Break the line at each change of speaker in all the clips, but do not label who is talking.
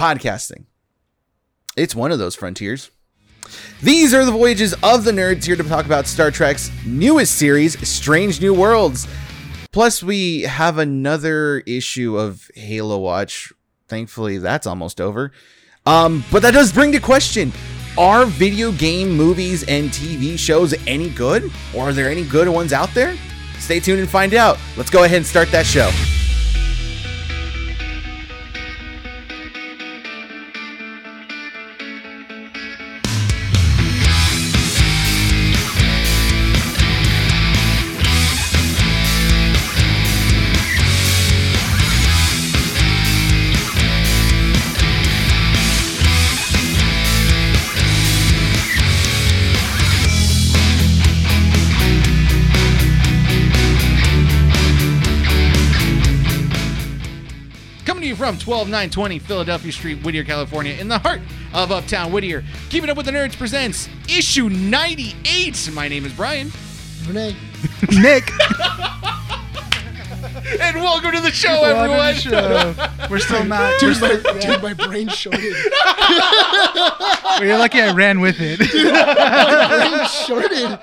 podcasting. It's one of those frontiers. These are the voyages of the nerds here to talk about Star Trek's newest series, Strange New Worlds. Plus, we have another issue of Halo Watch. Thankfully, that's almost over. Um, but that does bring to question are video game movies and TV shows any good? Or are there any good ones out there? Stay tuned and find out. Let's go ahead and start that show.
Coming to you from 12920 Philadelphia Street, Whittier, California, in the heart of Uptown Whittier. Keep it up with the Nerds presents issue 98. My name is Brian,
Renee.
Nick,
and welcome to the show, everyone.
We're still not.
Dude, my, dude, my brain shorted.
You're lucky I ran with it.
Brain shorted.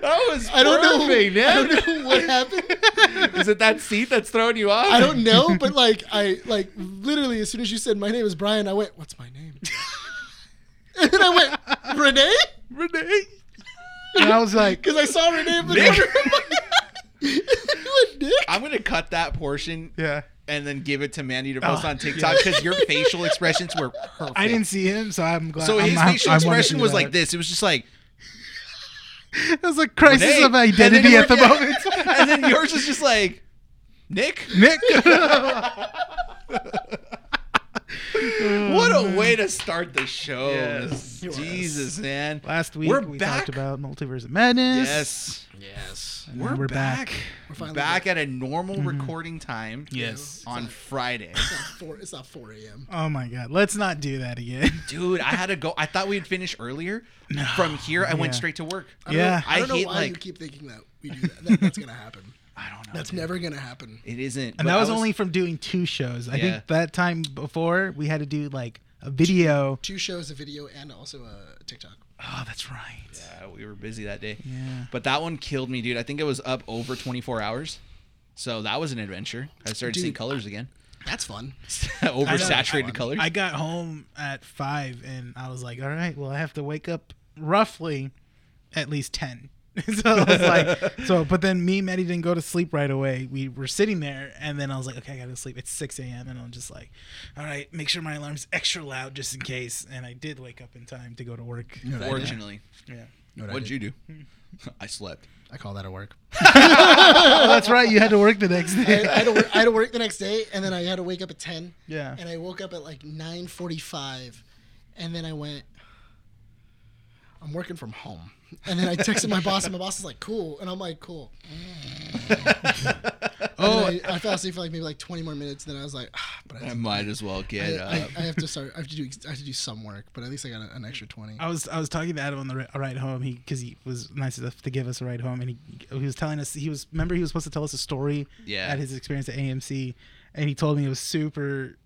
That was
I don't know.
perfect,
I
man.
don't know what happened.
Is it that seat that's throwing you off?
I don't know, but like I like literally as soon as you said my name is Brian, I went, "What's my name?" and then I went, "Renee,"
Renee.
And I was like,
because I saw Renee. in the
Nick.
corner of my- I went, Nick.
I'm gonna cut that portion
yeah.
and then give it to Mandy to post
Oh,
on TikTok because your facial expressions were perfect.
I didn't see him, so I'm glad.
So
I'm,
his
I'm-
facial
I'm
expression
wondering
was
about
like this. It was just like
it. It was a crisis
Renee. And
of
then
identity
you
at the
were- yeah.
moment.
and then yours is just like Nick.
Nick,
What a way to start the show.
Yes.
Jesus, man.
last week
We're
we
back.
talked about multiverse of madness.
Yes.
Yes.
And
We're,
we're
back.
back.
We're finally
back at a normal recording time.
Yes.
On Friday.
It's not four. It's not four a.m.
Oh my god, let's not do that again.
Dude, I had to go. I thought we'd finish earlier. From here, I went
Yeah.
straight to work.
I don't
Yeah.
Know, I
I
don't know
hate,
why you
like-
keep thinking that we do that. that that's gonna happen.
I don't know.
That's
dude.
never gonna happen.
It isn't.
And
but
that
I
was, only from doing two shows. I
Yeah.
think that time before we had to do like a video.
Two shows, a video, and also a TikTok.
Oh, that's right.
Yeah, we were busy that day.
Yeah.
But that one killed me, dude. I think it was up over 24 hours. So that was an adventure. I started seeing
Dude.
colors again.
That's fun.
I know.
Oversaturated colors.
I got home at five, and I was like, "All right, well, I have to wake up roughly at least ten. so I was like, "So," but then me and Maddie didn't go to sleep right away. We were sitting there, and then I was like, "Okay, I gotta sleep." It's six a.m., and I'm just like, "All right, make sure my alarm's extra loud just in case." And I did wake up in time to go to work.
Fortunately.
Yeah,
You know what I
What'd
did?
you do? I slept.
I call that a work.
oh, that's right. You had to work the next
I, I
day.
had to work, I had to work the next day, and then I had to wake up at ten.
Yeah.
And I woke up at like nine forty-five, and then I went. I'm working from home, and then I texted my boss, and my boss is like, "Cool," and I'm like, "Cool."
Oh,
And then I, I fell asleep for like maybe like 20 more minutes, and then I was like, ah, "But I
I
have, to,
might as well
I,
get
I,
up.
I have to start. I have to do. I have to do some work, but at least I got an extra 20."
I was I was talking to Adam on the ri- ride home. He because he was nice enough to give us a ride home, and he he was telling us he was remember he was supposed to tell us a story
Yeah.
at his experience at AMC, and he told me it was super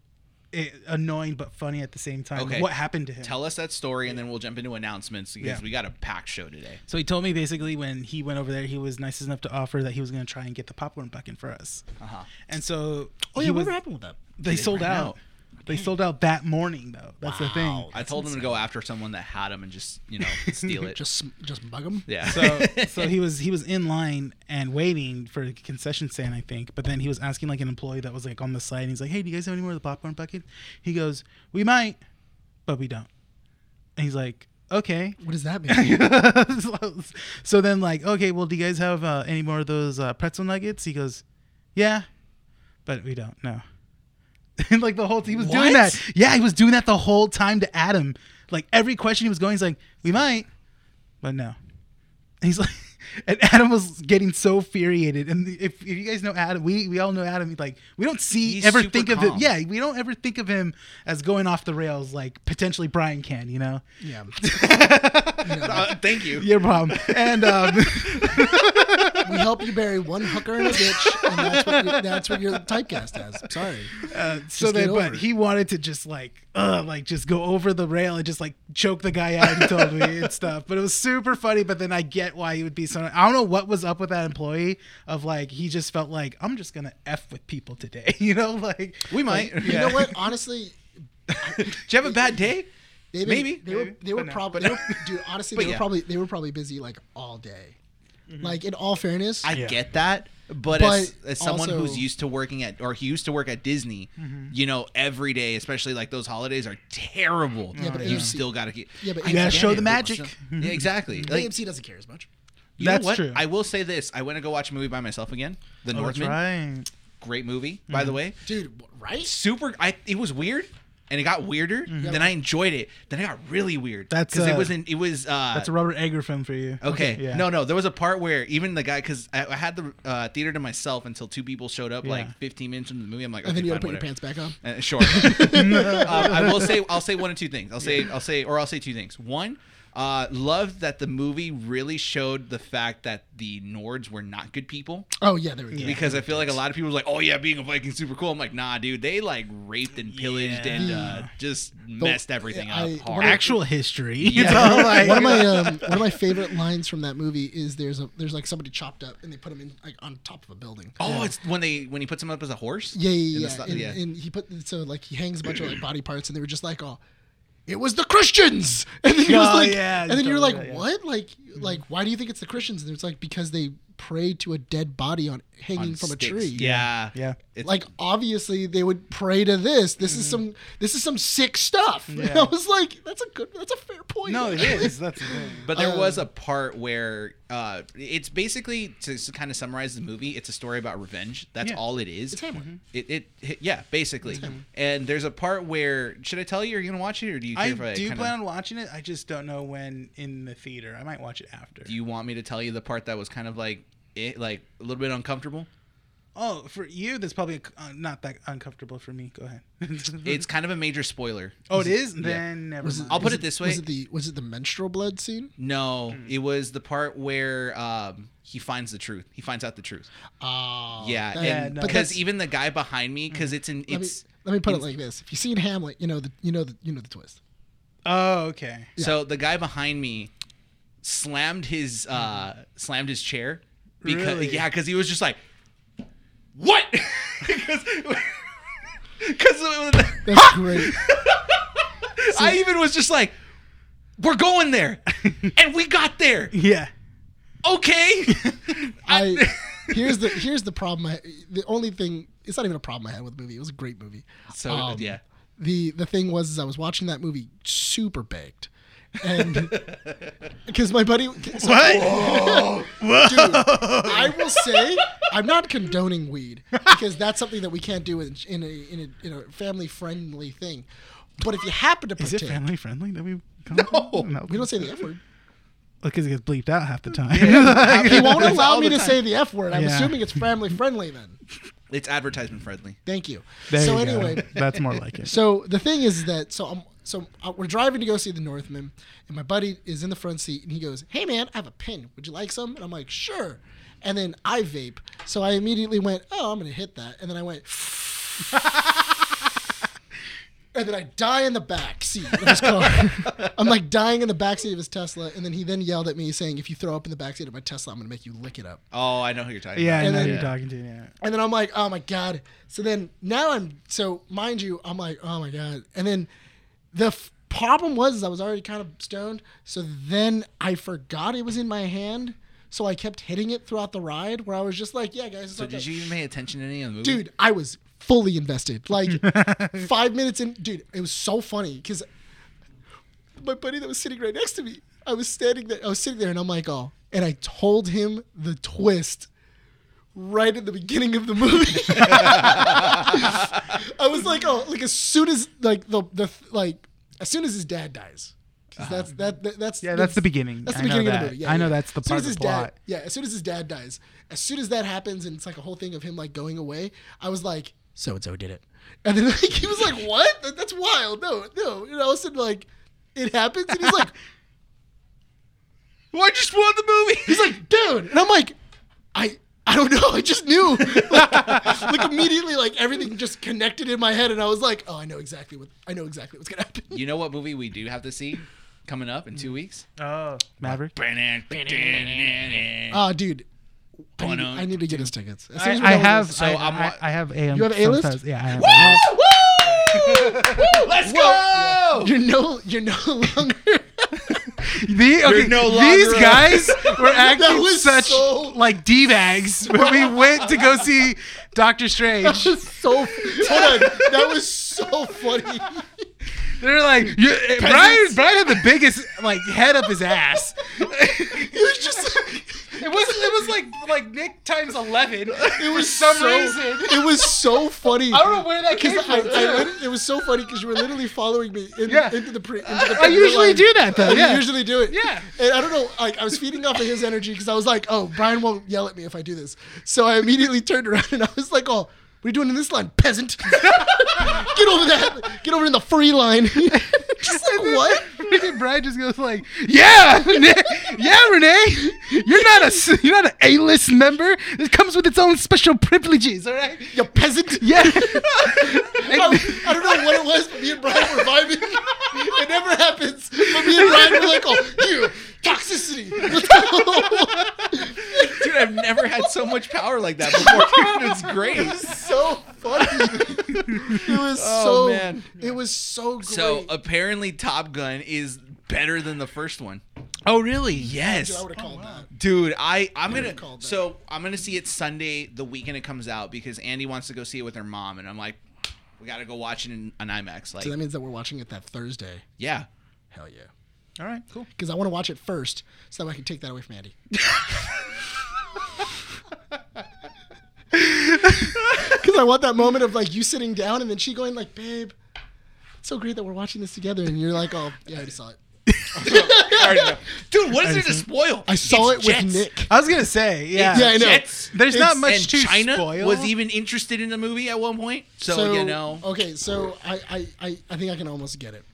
eh, annoying but funny at the same time.
Okay.
What happened to him?
Tell us that story, and then we'll jump into announcements because
Yeah.
we got a packed show today.
so he told me basically when he went over there, he was nice enough to offer that he was going to try and get the popcorn bucket for us.
Uh-huh.
And so
Oh,
he was-
happened with that?
they sold
ran
out.
out.
They sold out that morning though. That's the thing.
I told him to go after someone that had him and just you know steal it.
Just just bug him.
yeah.
So so he was he was in line and waiting for a concession stand, I think. But then he was asking like an employee that was like on the side, and he's like, "Hey, do you guys have any more of the popcorn bucket?" He goes, "We might, but we don't." And he's like, "Okay."
What does that mean?
so then like, "Okay, well, do you guys have uh, any more of those uh, pretzel nuggets?" He goes, "Yeah, but we don't. No." And like the whole he was doing
What?
that. Yeah, he was doing that the whole time to Adam. Like every question he was going, he's like, "We might, but no." And he's like, and Adam was getting so infuriated. And if, if you guys know Adam, we, we all know Adam. He's like, we don't see
He's
ever
super
think of him.
calm.
Yeah, we don't ever think of him as going off the rails like potentially Brian can. You know,
yeah.
Uh, thank you.
your problem. And um,
We help you bury one hooker in a ditch, and that's what, you, that's what you're typecast as. I'm sorry.
uh, so
Just
then,
get
but
over it.
he wanted to just like, uh, like just go over the rail and just like choke the guy out. He told me and stuff, but it was super funny. But then I get why he would be so. I don't know what was up with that employee of like he just felt like I'm just gonna f with people today. You know, like
We might.
Like,
You
You know
yeah.
what? Honestly,
Did you have a bad day?
They've been-
Maybe,
they were
maybe,
they were
but no,
probably
but
they
no.
were- dude. Honestly,
But
they were
yeah.
probably they were probably busy like all day.
Mm-hmm.
Like in all fairness,
I
Yeah.
get that, but,
But
as, as someone
also-
who's used to working at or he used to work at Disney,
Mm-hmm.
you know, every day, especially like those holidays are terrible.
Yeah, but
you
AMC
still got to keep.
Yeah, but
I
You gotta
get
show
it,
the
but
magic. Mm-hmm.
still- yeah, exactly. Like,
AMC doesn't care as much.
you know
That's
what?
true.
I will say this: I went to go watch a movie by myself again. The
Oh, that's
Northman,
right. Mm-hmm.
great movie, by the way.
Dude, w- right?
Super. I it was weird. And it got weirder.
Mm-hmm.
Then I enjoyed it. Then it got really weird.
That's,
because it
uh,
was in, it was uh,
That's a Robert Egger film for you.
Okay.
Yeah.
No, no. There was a part where even the guy, because I, I had the uh, theater to myself until two people showed up,
Yeah.
like 15 minutes into the movie. I'm like, okay,
And then you gotta
fine,
put your
whatever.
pants back on.
Uh, sure. Uh, I will say, I'll say one of two things. I'll say, I'll say, or I'll say two things. One, uh, loved that the movie really showed the fact that the Nords were not good people
Oh yeah, there we go.
because I feel like a lot of people was like, oh yeah, being a Viking's super cool. I'm like, nah, dude. They like raped and pillaged
Yeah.
and uh, just messed everything
I-
up hard.
one of-
Actual history.
Yeah.
You know, like,
one of my um, one of my favorite lines from that movie is there's a there's like somebody chopped up and they put him in like on top of a building.
oh, it's when they when he puts him up as a horse.
Yeah,
In the
yeah, yeah.
stu-
and,
yeah.
and he put so like he hangs a bunch of like body parts, and they were just like, "Oh, it was the Christians," and then he was
Oh,
like,
yeah,
and then you're
totally,
like,
yeah.
"What? Like,
Mm-hmm.
like why do you think it's the Christians?" And it's like because they pray to a dead body on hanging
on
from
sticks.
a tree.
Yeah.
Yeah.
It's- Mm-hmm.
Like obviously they would pray to this. This is some this is some sick stuff.
Yeah.
I was like, that's a good, that's a fair point.
no, it
actually.
is. That's the thing.
But there was
uh,
a part where uh, it's basically to kind of summarize the movie. It's a story about revenge. That's
Yeah.
all it is. Mm-hmm.
It's Hamlet.
It, it, hi- yeah, basically. And there's a part where should I tell you? Are you gonna watch it, or do you? Care
I
if I
do
kinda-
plan on watching it. I just don't know when in the theater. I might watch it after.
Do you want me to tell you the part that was kind of like it, like a little bit uncomfortable?
Mm-hmm.
oh, for you, that's probably uh, not that uncomfortable for me. Go ahead.
It's kind of a major spoiler.
oh, it is. Then never
Was
mind.
I'll put
was
it this way.
Was it the was it the menstrual blood scene?
No,
Mm-hmm.
it was the part where um, he finds the truth. He finds out the truth.
Oh,
yeah,
that-
and
no,
but
because
that's- Mm-hmm.
even the guy behind me, because it's in
let me,
it's.
let me put it like this: If you've seen Hamlet, you know the you know the you know the twist.
oh, okay.
So the guy behind me slammed his
Mm-hmm.
uh slammed his chair because
Really?
yeah, because he was just like, what? Because
That's great.
I even was just like, we're going there, and we got there.
Yeah.
Okay.
I here's the here's the problem. I, the only thing it's not even a problem I had with the movie. It was a great movie. Um,
So, uh, yeah.
The the thing was is I was watching that movie super baked, and because my buddy so- Dude, I will say I'm not condoning weed because that's something that we can't do in, in a in a, in a family friendly thing. But if you happen to
Is it
partake,
family friendly that we?
No.
we don't say the F word.
because it gets bleeped out half the time.
He won't allow
all
me
the
to
time.
say the F word. I'm
Yeah.
assuming it's family friendly then.
It's advertisement friendly.
Thank you.
There
so
you go.
anyway,
that's more like it.
so the thing is that so I'm so uh, we're driving to go see the Northman, and my buddy is in the front seat, and he goes, "Hey man, I have a pin. Would you like some?" And I'm like, "Sure." And then I vape, so I immediately went, "Oh, I'm gonna hit that," and then I went. And then I die in the back seat of his car. I'm like dying in the back seat of his Tesla. And then he then yelled at me saying, "If you throw up in the back seat of my Tesla, I'm gonna make you lick it up."
Oh, I know who you're talking
Yeah,
about.
I know
then-
who you're talking to. Yeah.
And then I'm like, oh my god. So then now I'm so mind you, I'm like, oh my god. And then the f- problem was is I was already kind of stoned. So then I forgot it was in my hand. So I kept hitting it throughout the ride, where I was just like, yeah, guys. It's
So
okay.
did you even pay attention to any of the movie?
dude? I was fully invested. Like five minutes in, dude. It was so funny because my buddy that was sitting right next to me, I was standing there, I was sitting there, and I'm like, oh. And I told him the twist right at the beginning of the movie. I was like, oh, like as soon as like the the like as soon as his dad dies. 'Cause That's that, that that's
Uh-huh. Yeah, that's the beginning.
That's the
I know
beginning of the
that.
movie. Yeah,
I know
yeah.
that's the
As soon
part
as
of
his
the
dad,
plot.
yeah, as soon as his dad dies, as soon as that happens, and it's like a whole thing of him like going away. I was like, so and so did it, and then like he was like, what? That- That's wild. No, no. And all of a sudden, like it happens, and he's like,
Well, I just won the movie.
he's like, dude, and I'm like, I I don't know. I just knew. Like, like immediately, like everything just connected in my head, and I was like, "Oh, I know exactly what I know exactly what's gonna happen."
You know what movie we do have to see coming up in two weeks?
Oh, Maverick.
So
Ah, dude, I need, I need to get his tickets. As soon as we
I, I
know what it
have.
is.
So
I,
I'm
I,
wa-
I have AM.
You have A-list?
sometimes. Yeah, I
Woo!
have.
Woo! Let's go!
You're no, you're no longer.
The, okay,
You're no longer
these
a-
guys were
That
acting
was
such
so-
like d bags when we went to go see Doctor Strange.
Just so. Hold on, that was so funny.
They're like "You- Brian. Brian had the biggest like head up his ass.
It was just.
It was it was like like Nick times eleven. It was
so- It was so funny.
I don't know where that came
Because I,
from.
I lit- it was so funny because you were literally following me in,
Yeah.
into the pre. Into the
I
pre-
usually
line.
do that, though,
And
yeah.
You usually do it.
Yeah.
And I don't know. Like I was feeding off of his energy because I was like, "Oh, Brian won't yell at me if I do this." So I immediately turned around and I was like, "Oh, what are you doing in this line, peasant? Get over that. Get over in the free line." Just like what?
Freaking Brian just goes like, "Yeah, Renee, yeah, Renee, you're not a s- you're not an A list member. It comes with its own special privileges, all right?
You peasant.
Yeah,
I, Oh, I don't know what it was, but me and Brian were vibing. It never happens. But me and Brian were like, oh, you, toxicity. Let's go.
Dude, I've never had so much power like that before. Dude, it's
It
great.
was so funny. It was
Oh,
so,
man.
it was so great.
So uh, apparently, Top Gun is better than the first one.
oh really?
Dude, I
Yes,
would have called that.
dude. I I'm gonna
called that.
so I'm gonna see it Sunday the weekend it comes out because Andy wants to go see it with her mom, and I'm like, we gotta go watch it in an IMAX. Like,
So that means that we're watching it that Thursday.
yeah.
Hell yeah.
All right, cool.
Because I want to watch it first so that way I can take that away from Andy. Because I want that moment of like you sitting down and then she going like, babe, it's so great that we're watching this together. And you're like, oh, yeah, I already saw it.
I already know. Dude, what is there to spoil?
I saw
It's
it with
Jets. Uh,
Nick.
I was gonna say, yeah,
Yeah, I know.
Jets.
There's
It's-
not much
and
to
China
spoil.
was even interested in the movie at one point. So, you know,
Okay, so I, I, I, I think I can almost get it.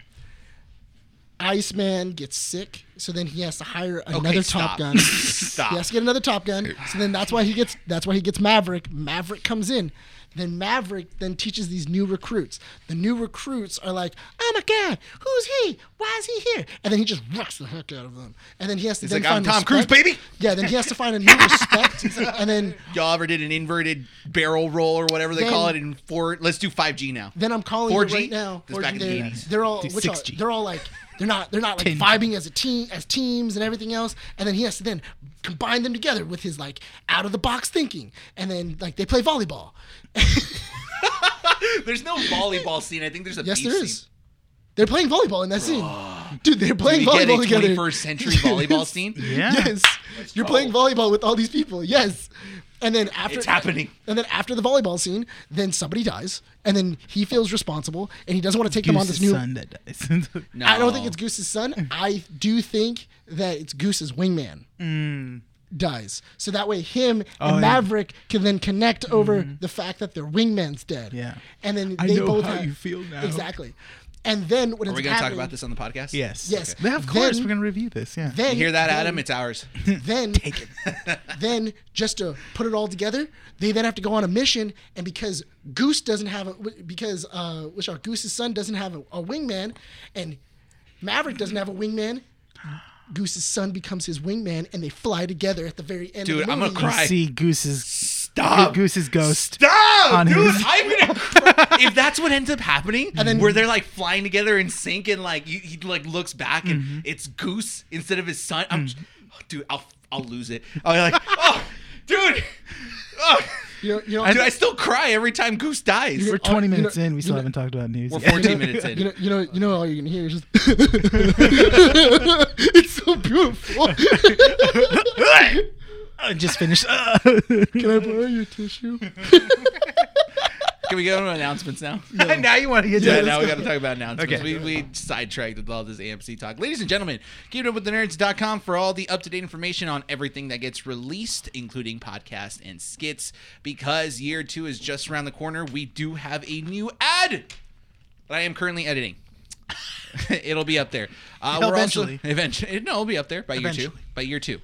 Iceman gets sick, so then he has to hire another Top
stop.
Gun.
Stop.
He has to get another Top Gun. So then that's why he gets that's why he gets Maverick. Maverick comes in. Then Maverick then teaches these new recruits. The new recruits are like, "Oh my God, who's he? Why is he here?" And then he just rocks the heck out of them. And then he has to.
He's
then
like, "I'm
find
Tom Cruise,
respect-
baby!"
Yeah. Then he has to find a new respect. And then
y'all ever did an inverted barrel roll or whatever they
Then-
call it in four? Let's do 5G now.
Then I'm calling
4G?
it right now.
This is back in the
they're,
80s.
they're all
Dude,
which are,
6G.
they're all like they're not they're not like
10G.
vibing as a team as teams and everything else. And then he has to then combine them together with his like out of the box thinking. And then like they play volleyball.
There's no volleyball scene. I think there's a
Yes,
beach
there
scene.
is. They're playing volleyball in that scene. Dude, they're playing
You get a
volleyball together.
21st century volleyball scene.
yeah.
Yes. You're playing volleyball with all these people. Yes. And then after
It's happening.
And then after the volleyball scene, then somebody dies, and then he feels responsible, and he doesn't want to take them on this
Goose's
new
son that dies.
No,
I don't think it's Goose's son. I do think that it's Goose's wingman
Mm.
dies. So that way, him
Oh,
and
yeah.
Maverick can then connect over
Mm-hmm.
the fact that their wingman's dead.
Yeah.
and then
I
they
know
both
how
have-
you feel now.
Exactly. And then when
Are
it's
we gonna talk
happening-
about this on the podcast?
yes.
Yes.
Yeah, of course,
Then-
we're gonna review this. Yeah.
Then
You hear that,
then-
Adam? It's ours.
Then
Take it.
then just to put it all together, they then have to go on a mission, and because Goose doesn't have a because uh, which our Goose's son doesn't have a, a wingman, and Maverick doesn't have a wingman. Goose's son becomes his wingman, and they fly together at the very end.
Dude,
of the
I'm gonna
movie.
You
cry.
see Goose's
Stop.
Goose's ghost.
Stop,
on
dude!
his-
I'm gonna. Cry. if that's what ends up happening, and
then-
where they're like flying together in sync, and like you, he like looks back and
Mm-hmm.
it's Goose instead of his son.
Mm.
I'm, Oh, dude, I'll I'll lose it. I'm like, oh, dude, oh,
You know, you know,
dude, I still cry every time Goose dies.
We're
You're-
20
you know-
minutes in. We
you
still
know-
haven't talked about news.
We're
yet.
14 minutes in.
you know, you know, you know, all you're gonna hear is just. it's so beautiful.
I just finished.
Can I borrow your tissue?
Can we go on announcements now?
now you want to get
Yeah,
to
now
this.
we got to talk about announcements.
Okay.
We, we sidetracked with all this AMC talk. Ladies and gentlemen, keep it up with the nerds.com for all the up to date information on everything that gets released, including podcasts and skits. Because year two is just around the corner, we do have a new ad that I am currently editing. It'll be up there. Uh,
Yeah,
we're also-
eventually.
eventually. No, it'll be up there by year two.
Eventually.
By year two.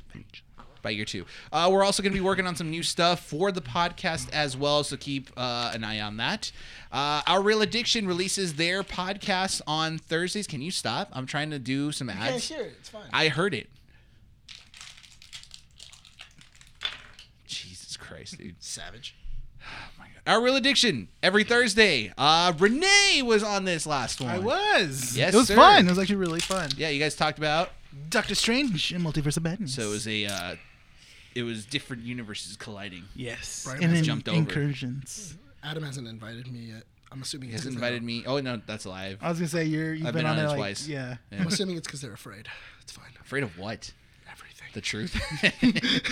by year two. Uh, we're also going to be working on some new stuff for the podcast as well, so keep uh, an eye on that. Uh, Our Real Addiction releases their podcast on Thursdays. Can you stop? I'm trying to do some
can't
ads.
hear it. It's fine.
I heard it. Jesus Christ, dude.
Savage.
Our Real Addiction every Thursday. Uh, Renee was on this last one.
I was.
Yes,
it was
sir.
fun. It was actually really fun.
Yeah, you guys talked about
Doctor Strange and Multiverse of Madness.
so it was a uh, it was different universes colliding.
yes,
Brian
and
has
then
jumped over.
incursions.
Adam hasn't invited me yet. I'm assuming
He has
it's-
invited me. Oh no, that's alive.
I was gonna say you're. You've
I've been on
there
it
like,
twice.
Yeah.
I'm assuming it's because they're afraid. It's fine.
Afraid of what?
Everything.
The truth.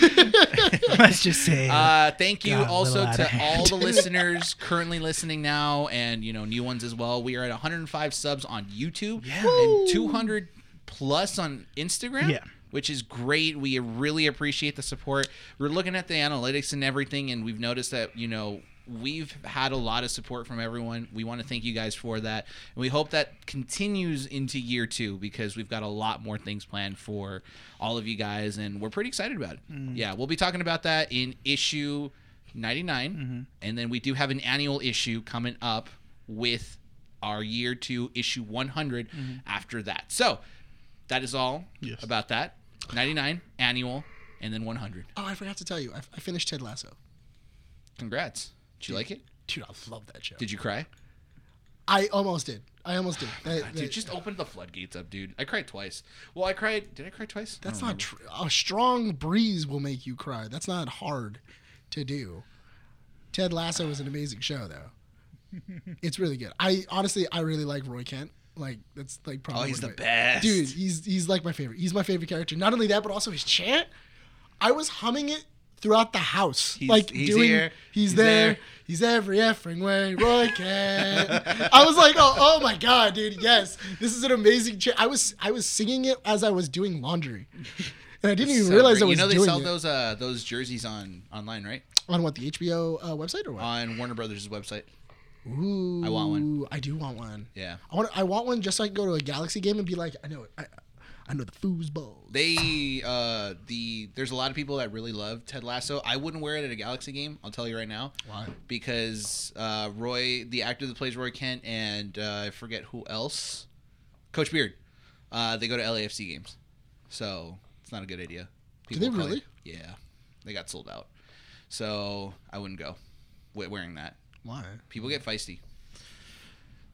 Let's just say.
uh, thank you
Got a
also
little out
to
of hand.
all the listeners currently listening now, and you know new ones as well. We are at 105 subs on YouTube and 200 plus on Instagram.
Yeah.
Which is great. We really appreciate the support. We're looking at the analytics and everything, and we've noticed that you know we've had a lot of support from everyone. We want to thank you guys for that. And we hope that continues into year two because we've got a lot more things planned for all of you guys. And we're pretty excited about it. Yeah, we'll be talking about that in issue 99. And then we do have an annual issue coming up with our year two issue 100 after that. So that is all
Yes.
about that 99, annual, and then 100.
Oh, I forgot to tell you. I, I finished Ted Lasso.
Congrats. Did you like it?
Dude, I love that show.
Did you cry?
I almost did. I almost did. That-
Dude,
that-
just opened the floodgates up, dude. I cried twice. Well, I cried. Did I cry twice? I
That's
don't
not tr- a strong breeze will make you cry. That's not hard to do. Ted Lasso is an amazing show, though. It's really good. I honestly, I really like Roy Kent. Like that's like probably.
Oh, he's
one of
the
my-
best.
dude. He's he's like my favorite. He's my favorite character. Not only that, but also his chant. I was humming it throughout the house.
He's-
like
he's
doing,
here,
he's,
he's
there,
there.
He's every effing way, Roy Kent. I was like, oh, oh my god, dude, yes, this is an amazing. Cha- I was, I was singing it as I was doing laundry, and I didn't even
So
realize
great.
I was
You know they
doing
sell
it
those uh those jerseys on online, right?
on what the HBO uh, website or what?
On Warner Brothers' website.
Ooh,
I want one.
I do want one.
Yeah.
I want, I want one just so I can go to a Galaxy game and be like, I know it, I, I know the foosball.
They uh the there's a lot of people that really love Ted Lasso. I wouldn't wear it at a Galaxy game. I'll tell you right now.
Why?
Because uh Roy, the actor that plays Roy Kent, and uh, I forget who else, Coach Beard, uh, they go to LAFC games, so it's not a good idea.
they
will probably-
really?
yeah, they got sold out. So I wouldn't go we- wearing that.
Why?
People get feisty.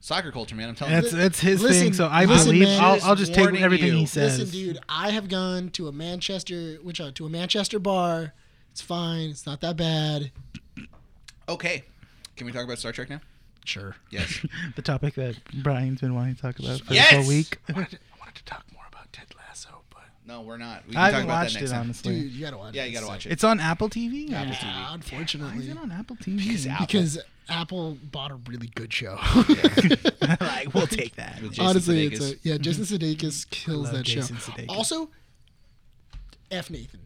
Soccer culture, man. I'm telling you.
That's that's his
Listen-
thing. So I
listen,
believe
man.
I'll, I'll just take
Warning
everything
you.
he says.
Listen, dude, I have gone to a Manchester, which uh, to a Manchester bar. It's fine. It's not that bad.
Okay. Can we talk about Star Trek now?
Sure.
Yes.
The topic that Brian's been wanting to talk about for
Yes!
this whole week.
I wanted to talk more about Ted Lasso, but
no, we're not. We can
I
talk
haven't
about
watched
that next
it
time.
honestly.
dude, you gotta watch.
Yeah,
it.
you gotta
It's
watch it.
It's on Apple
Apple TV.
so-
TV.
Yeah,
Why is it
unfortunately,
on Apple TV?
because Apple bought a really good show.
like we'll take that.
With Jason
Honestly,
Sudeikis. Mm-hmm.
it's a, yeah. Jason Sudeikis kills
love
that
Jason
show.
Sudeikis.
Also, F Nathan,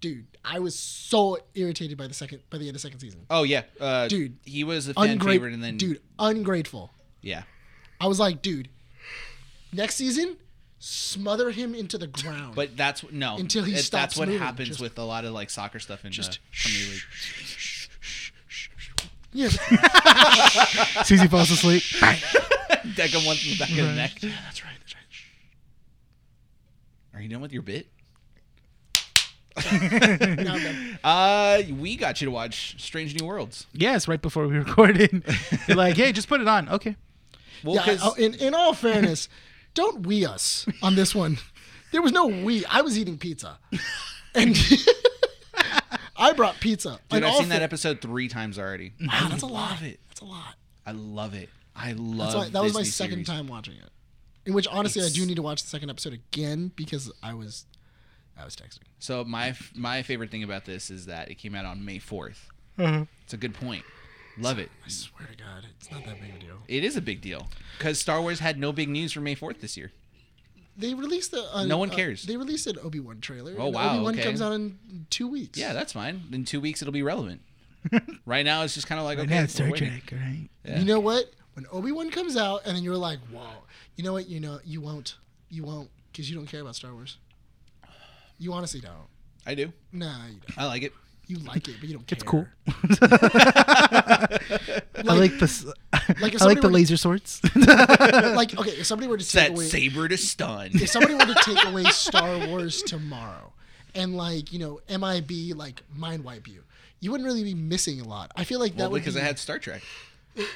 dude, I was so irritated by the second by the end of second season.
Oh yeah, uh,
Dude,
He was a fan favorite,
Ungrateful,
and then
dude, ungrateful.
yeah,
I was like, dude, next season, smother him into the ground.
but that's no
Until he
it-
stops
That's what
moving,
happens
just-
with a lot of like soccer stuff in
Just-
just Premier League.
yeah,
Susie falls asleep.
Deck him once in the back of the neck.
that's right. That's right.
Are you done with your bit?
Now I'm done.
Uh, we got you to watch Strange New Worlds.
yes, right before we recorded. You're like, hey, just put it on. Okay.
Well,
Yeah,
'cause-
oh, in in all fairness, don't we us on this one. There was no we. I was eating pizza, and I brought pizza.
dude,
In
I've
all
seen that
fair-
episode three times already.
Wow, that's a lot.
love it.
That's a lot.
I love it. I love.
Mm. That's why, that was
this
my
new
second
series.
time watching it. In which honestly, I do
It's-
need to watch the second episode again because I was, I was texting.
So my f- my favorite thing about this is that it came out on May 4th It's a good point. Love it.
I swear to God, it's not that big a deal.
It is a big deal because Star Wars had no big news for May Fourth this year.
They released the. Uh,
No one
uh,
cares.
they released an Obi Wan trailer.
Oh,
and
wow,
Obi Wan
okay.
comes out in two weeks.
Yeah, that's fine. In two weeks, it'll be relevant. right now, it's just kind of like okay,
yeah, it's Star
we're waiting.
Trek, right?
Yeah.
You know what? When Obi Wan comes out, and then you're like, "Whoa!" You know what? You know you won't. You won't because you don't care about Star Wars. You honestly don't.
I do.
Nah, you, don't.
I like it.
you like it, but you don't care.
It's cool. I like the s-
like if
I
somebody
like the
were-
laser swords.
Like okay, if somebody were to take
Set
away
saber to stun.
if somebody were to take away Star Wars tomorrow and like, you know, MIB like mind wipe you, you wouldn't really be missing a lot. I feel like that
well,
would
because
be,
I had Star Trek.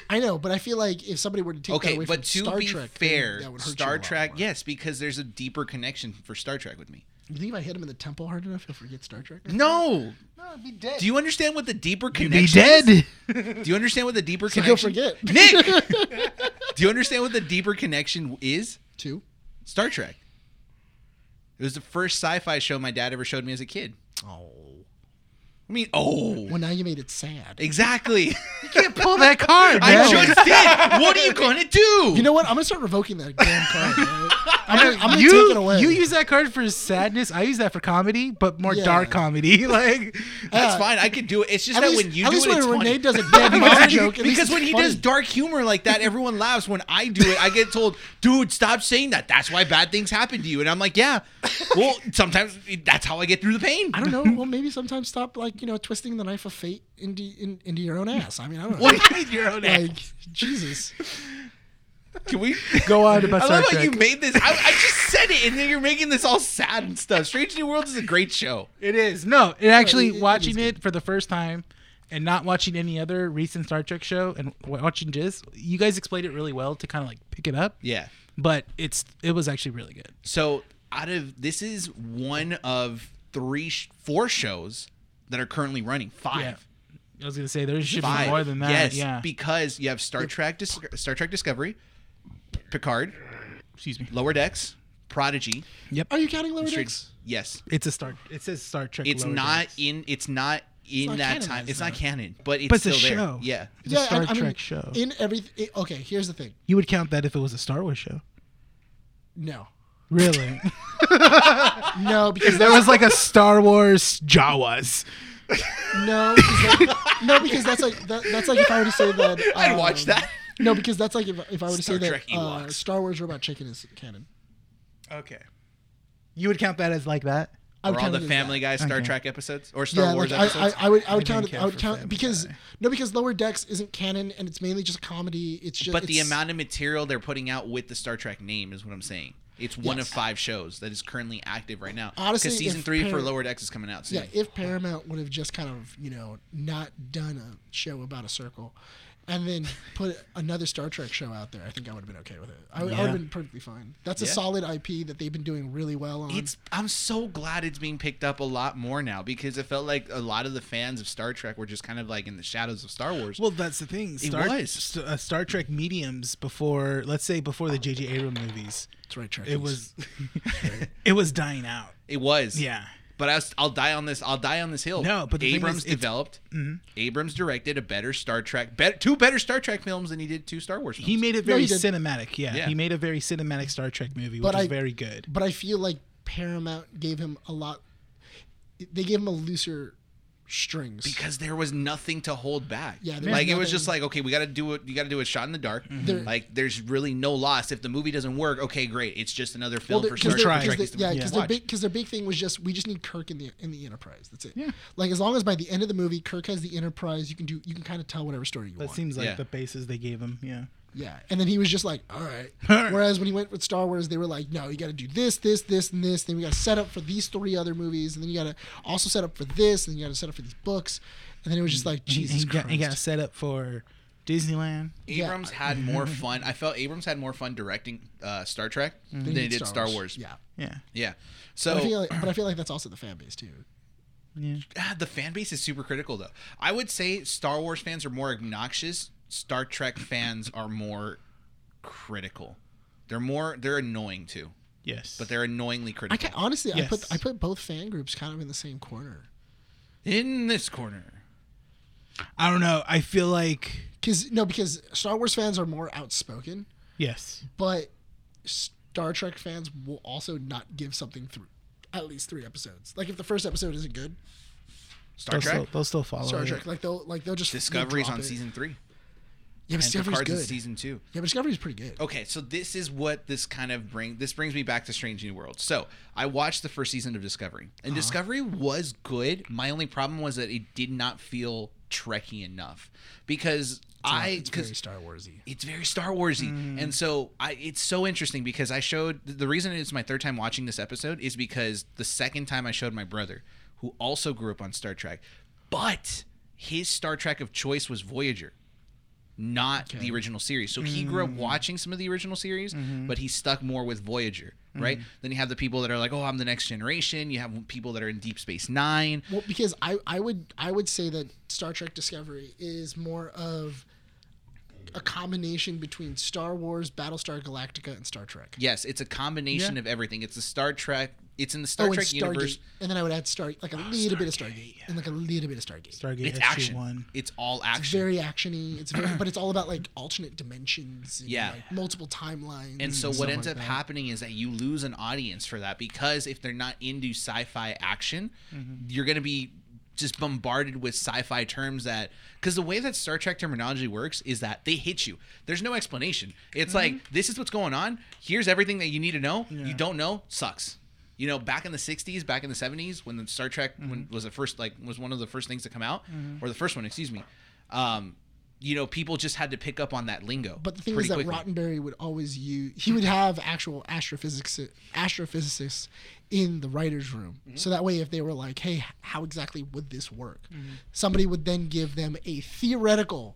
I know, but I feel like if somebody were to take that
Okay,
away
but
from
to
Star
be
Trek, then
fair,
that would hurt you a
Star
lot
Trek,
more.
yes, because there's a deeper connection for Star Trek with me.
You think if I hit him in the temple hard enough, he'll forget Star Trek?
No.
No, I'd be dead.
Do you understand what the deeper
Be
connection?
dead.
Is? Do you understand what the deeper
he'll
connection?
forget.
Nick. do you understand what the deeper connection is?
Two.
Star Trek. It was the first sci-fi show my dad ever showed me as a kid.
Oh.
I mean, oh,
Well, now you made it sad.
exactly.
Pull that card,
I
man.
just did. What are you gonna do?
You know what? I'm gonna start revoking that damn card. Right? I'm gonna, I'm gonna
you,
take it away.
you use that card for sadness. I use that for comedy, but more
Yeah.
dark comedy. Like
That's
uh,
fine. I can do it. It's just
at
that
least,
when you
at
do
least
it,
when
it's
Renee
funny.
does a dead mom joke, at least
because
it's
when he
funny.
does dark humor like that, everyone laughs. When I do it, I get told, "Dude, stop saying that. That's why bad things happen to you." And I'm like, "Yeah, well, sometimes that's how I get through the pain."
I don't know. Well, maybe sometimes stop like you know twisting the knife of fate into in, into your own ass. I mean, I don't know.
What do you mean your own ass?
like Jesus.
Can we?
go on about
I
Star
love how
Trek.
you made this. I, I just said it, and then you're making this all sad and stuff. Strange New Worlds is a great show.
It is. No, it actually
it- it is
watching
good.
it, for the first time and not watching any other recent Star Trek show and w- watching Jizz, you guys explained it really well to kind of like pick it up.
Yeah.
But it's it was actually really good.
So out of this is one of three, sh- four shows that are currently running. Five.
Yeah. I was gonna say there should
Five.
be more than that.
Yes,
yeah.
because you have Star Trek, Dis- Star Trek Discovery, Picard,
Excuse me.
Lower Decks, Prodigy.
Are you counting lower
Straight-
decks?
Yes,
It's a Star. It says Star Trek.
it's
Lower
not
Decks.
in. It's not in
not
that
canonized,
time. It's not
though.
canon, but it's,
But it's a
still there.
show.
Yeah.
It's a Star Trek show.
In every it- okay, here's the thing.
you would count that if it was a Star Wars show.
No,
Really?
no, because
there was like a Star Wars Jawas.
no, because that- no, because that's like that, that's like if I were to say that
I'd
um,
watch that.
No, because that's like if, if I were to
Star
say
Trek
that uh,
Ewoks.
Star Wars Robot Chicken is canon.
Okay. You would count that as like that.
I would
Or all
count
the
it as
Family
that.
Guy Star
Okay.
Trek episodes or Star
yeah,
Wars
like, I, I,
episodes.
I would I
I
would count
didn't
it.
care
I would
for
count
Family
because
Guy.
no, because Lower Decks isn't canon and it's mainly just comedy. It's just
but the
it's-
amount of material they're putting out with the Star Trek name is what I'm saying. It's one of
Yes.
five shows that is currently active right now.
Honestly,
because season
if
three for
Par-
Lower Decks is coming out soon.
Yeah, if Paramount would have just kind of, you know, not done a show about a circle and then put another Star Trek show out there, I think I would have been okay with it. I would, I would
Yeah.
have been perfectly fine. That's
Yeah.
a solid IP that they've been doing really well on.
It's I'm so glad it's being picked up a lot more now because it felt like a lot of the fans of Star Trek were just kind of like in the shadows of Star Wars.
Well, that's the thing. Star,
was.
St- uh, Star Trek mediums before, let's say, before the J.J. Abrams movies.
That's right, Trekkies.
It was, it was dying out.
it was.
Yeah,
But I was, I'll die on this. I'll die on this hill.
No, but the thing
Abrams
is, it's- Mm-hmm.
developed. Abrams directed a better Star Trek, be, two better Star Trek films than he did two Star Wars. Films.
he made it
No,
very
he did.
cinematic. Yeah.
Yeah.
he made a very cinematic Star Trek movie,
But
which is
I-
very good.
but I feel like Paramount gave him a lot. They gave him a looser strings.
because there was nothing to hold back.
Yeah, there was
like it was just
nothing. Mm-hmm.
like okay, we got to do it. You got to do a shot in the dark.
There-
Like there's really no loss if the movie doesn't work. Okay, great. It's just another film
Well, they're-
for
'cause
Star
they're-
Trek.
'cause
is
they- yeah,
to
because
watch.
their big because their big thing was just we just need Kirk in the in the Enterprise. That's it. Yeah. Like as long as by the end of the movie Kirk has the Enterprise, you can do you can kind of tell whatever story you
That
want.
seems like
Yeah.
the bases they gave him. Yeah,
Yeah. And then he was just like, all right. Whereas when he went with Star Wars, they were like, no, you got to do this, this, this, and this. Then we got to set up for these three other movies. And then you got to also set up for this. And you got to set up for these books. And then it was just like,
He-
Jesus
he, got,
Christ.
he got set up for Disneyland.
yeah.
Abrams had more fun. I felt Abrams had more fun directing uh, Star Trek
Mm-hmm.
than he did Star Wars.
Yeah.
Yeah,
Yeah.
But, I feel
So
like, but I feel like that's also the fan base, too.
yeah.
ah, the fan base is super critical, though. I would say Star Wars fans are more obnoxious. Star Trek fans are more critical. They're more. They're annoying too,
Yes,
but they're annoyingly
I
critical.
can, honestly, I put
Yes.
I put both fan groups kind of in the same corner.
In this corner.
I don't know. I feel like
Cause no, because Star Wars fans are more outspoken,
yes.
but Star Trek fans will also not give something through at least three episodes. Like if the first episode isn't good,
Star
they'll
Trek.
still, they'll still follow.
Star
it.
Trek. Like they'll like they'll just they'll
Oh, Discovery's
drop
on
it.
season three.
Yeah, but
and for
Discovery's
cards in
good.
season two.
Yeah, but Discovery's pretty good.
Okay, so this is what this kind of bring. This brings me back to Strange New World. So I watched the first season of Discovery, and
Uh-huh.
Discovery was good. My only problem was that it did not feel Trekkie enough because I
it's very
because
Star Warsy.
it's very Star Warsy, and so I it's so interesting because I showed the reason it's my third time watching this episode is because the second time I showed my brother, who also grew up on Star Trek, but his Star Trek of choice was Voyager, not the original series. So he grew up watching some of the original series, but he stuck more with Voyager. Right then, you have the people that are like, "Oh, I'm the next generation." You have people that are in Deep Space Nine.
Well, because I, I would I would say that Star Trek Discovery is more of a combination between Star Wars, Battlestar Galactica, and Star Trek.
Yes, it's a combination
Yeah.
of everything. It's the Star Trek. It's in the Star
Oh, and
Trek universe. Ah,
And then I would add Star like a little bit of Stargate and like a little bit of Stargate.
Stargate
It's
SG
action.
One.
It's all action.
It's very actiony. It's very, but it's all about like alternate dimensions. And,
Yeah.
like, multiple timelines.
And so what
stuff
ends
Mm, like
up
that.
happening is that you lose an audience for that because if they're not into sci-fi action,
Mm-hmm.
you're going to be just bombarded with sci-fi terms that because the way that Star Trek terminology works is that they hit you. There's no explanation. It's
Mm-hmm.
like this is what's going on. Here's everything that you need to know. You
Yeah.
don't know sucks. You know, back in the '60s, back in the '70s, when the Star Trek when,
Mm-hmm.
was the first like was one of the first things to come out, or the first one, excuse me. Um, you know, people just had to pick up on that lingo.
But the thing
pretty
is that
quickly.
Rottenberry would always use. He would have actual astrophysics astrophysicists in the writers' room,
Mm-hmm.
so that way, if they were like, "Hey, how exactly would this work?"
Mm-hmm.
Somebody would then give them a theoretical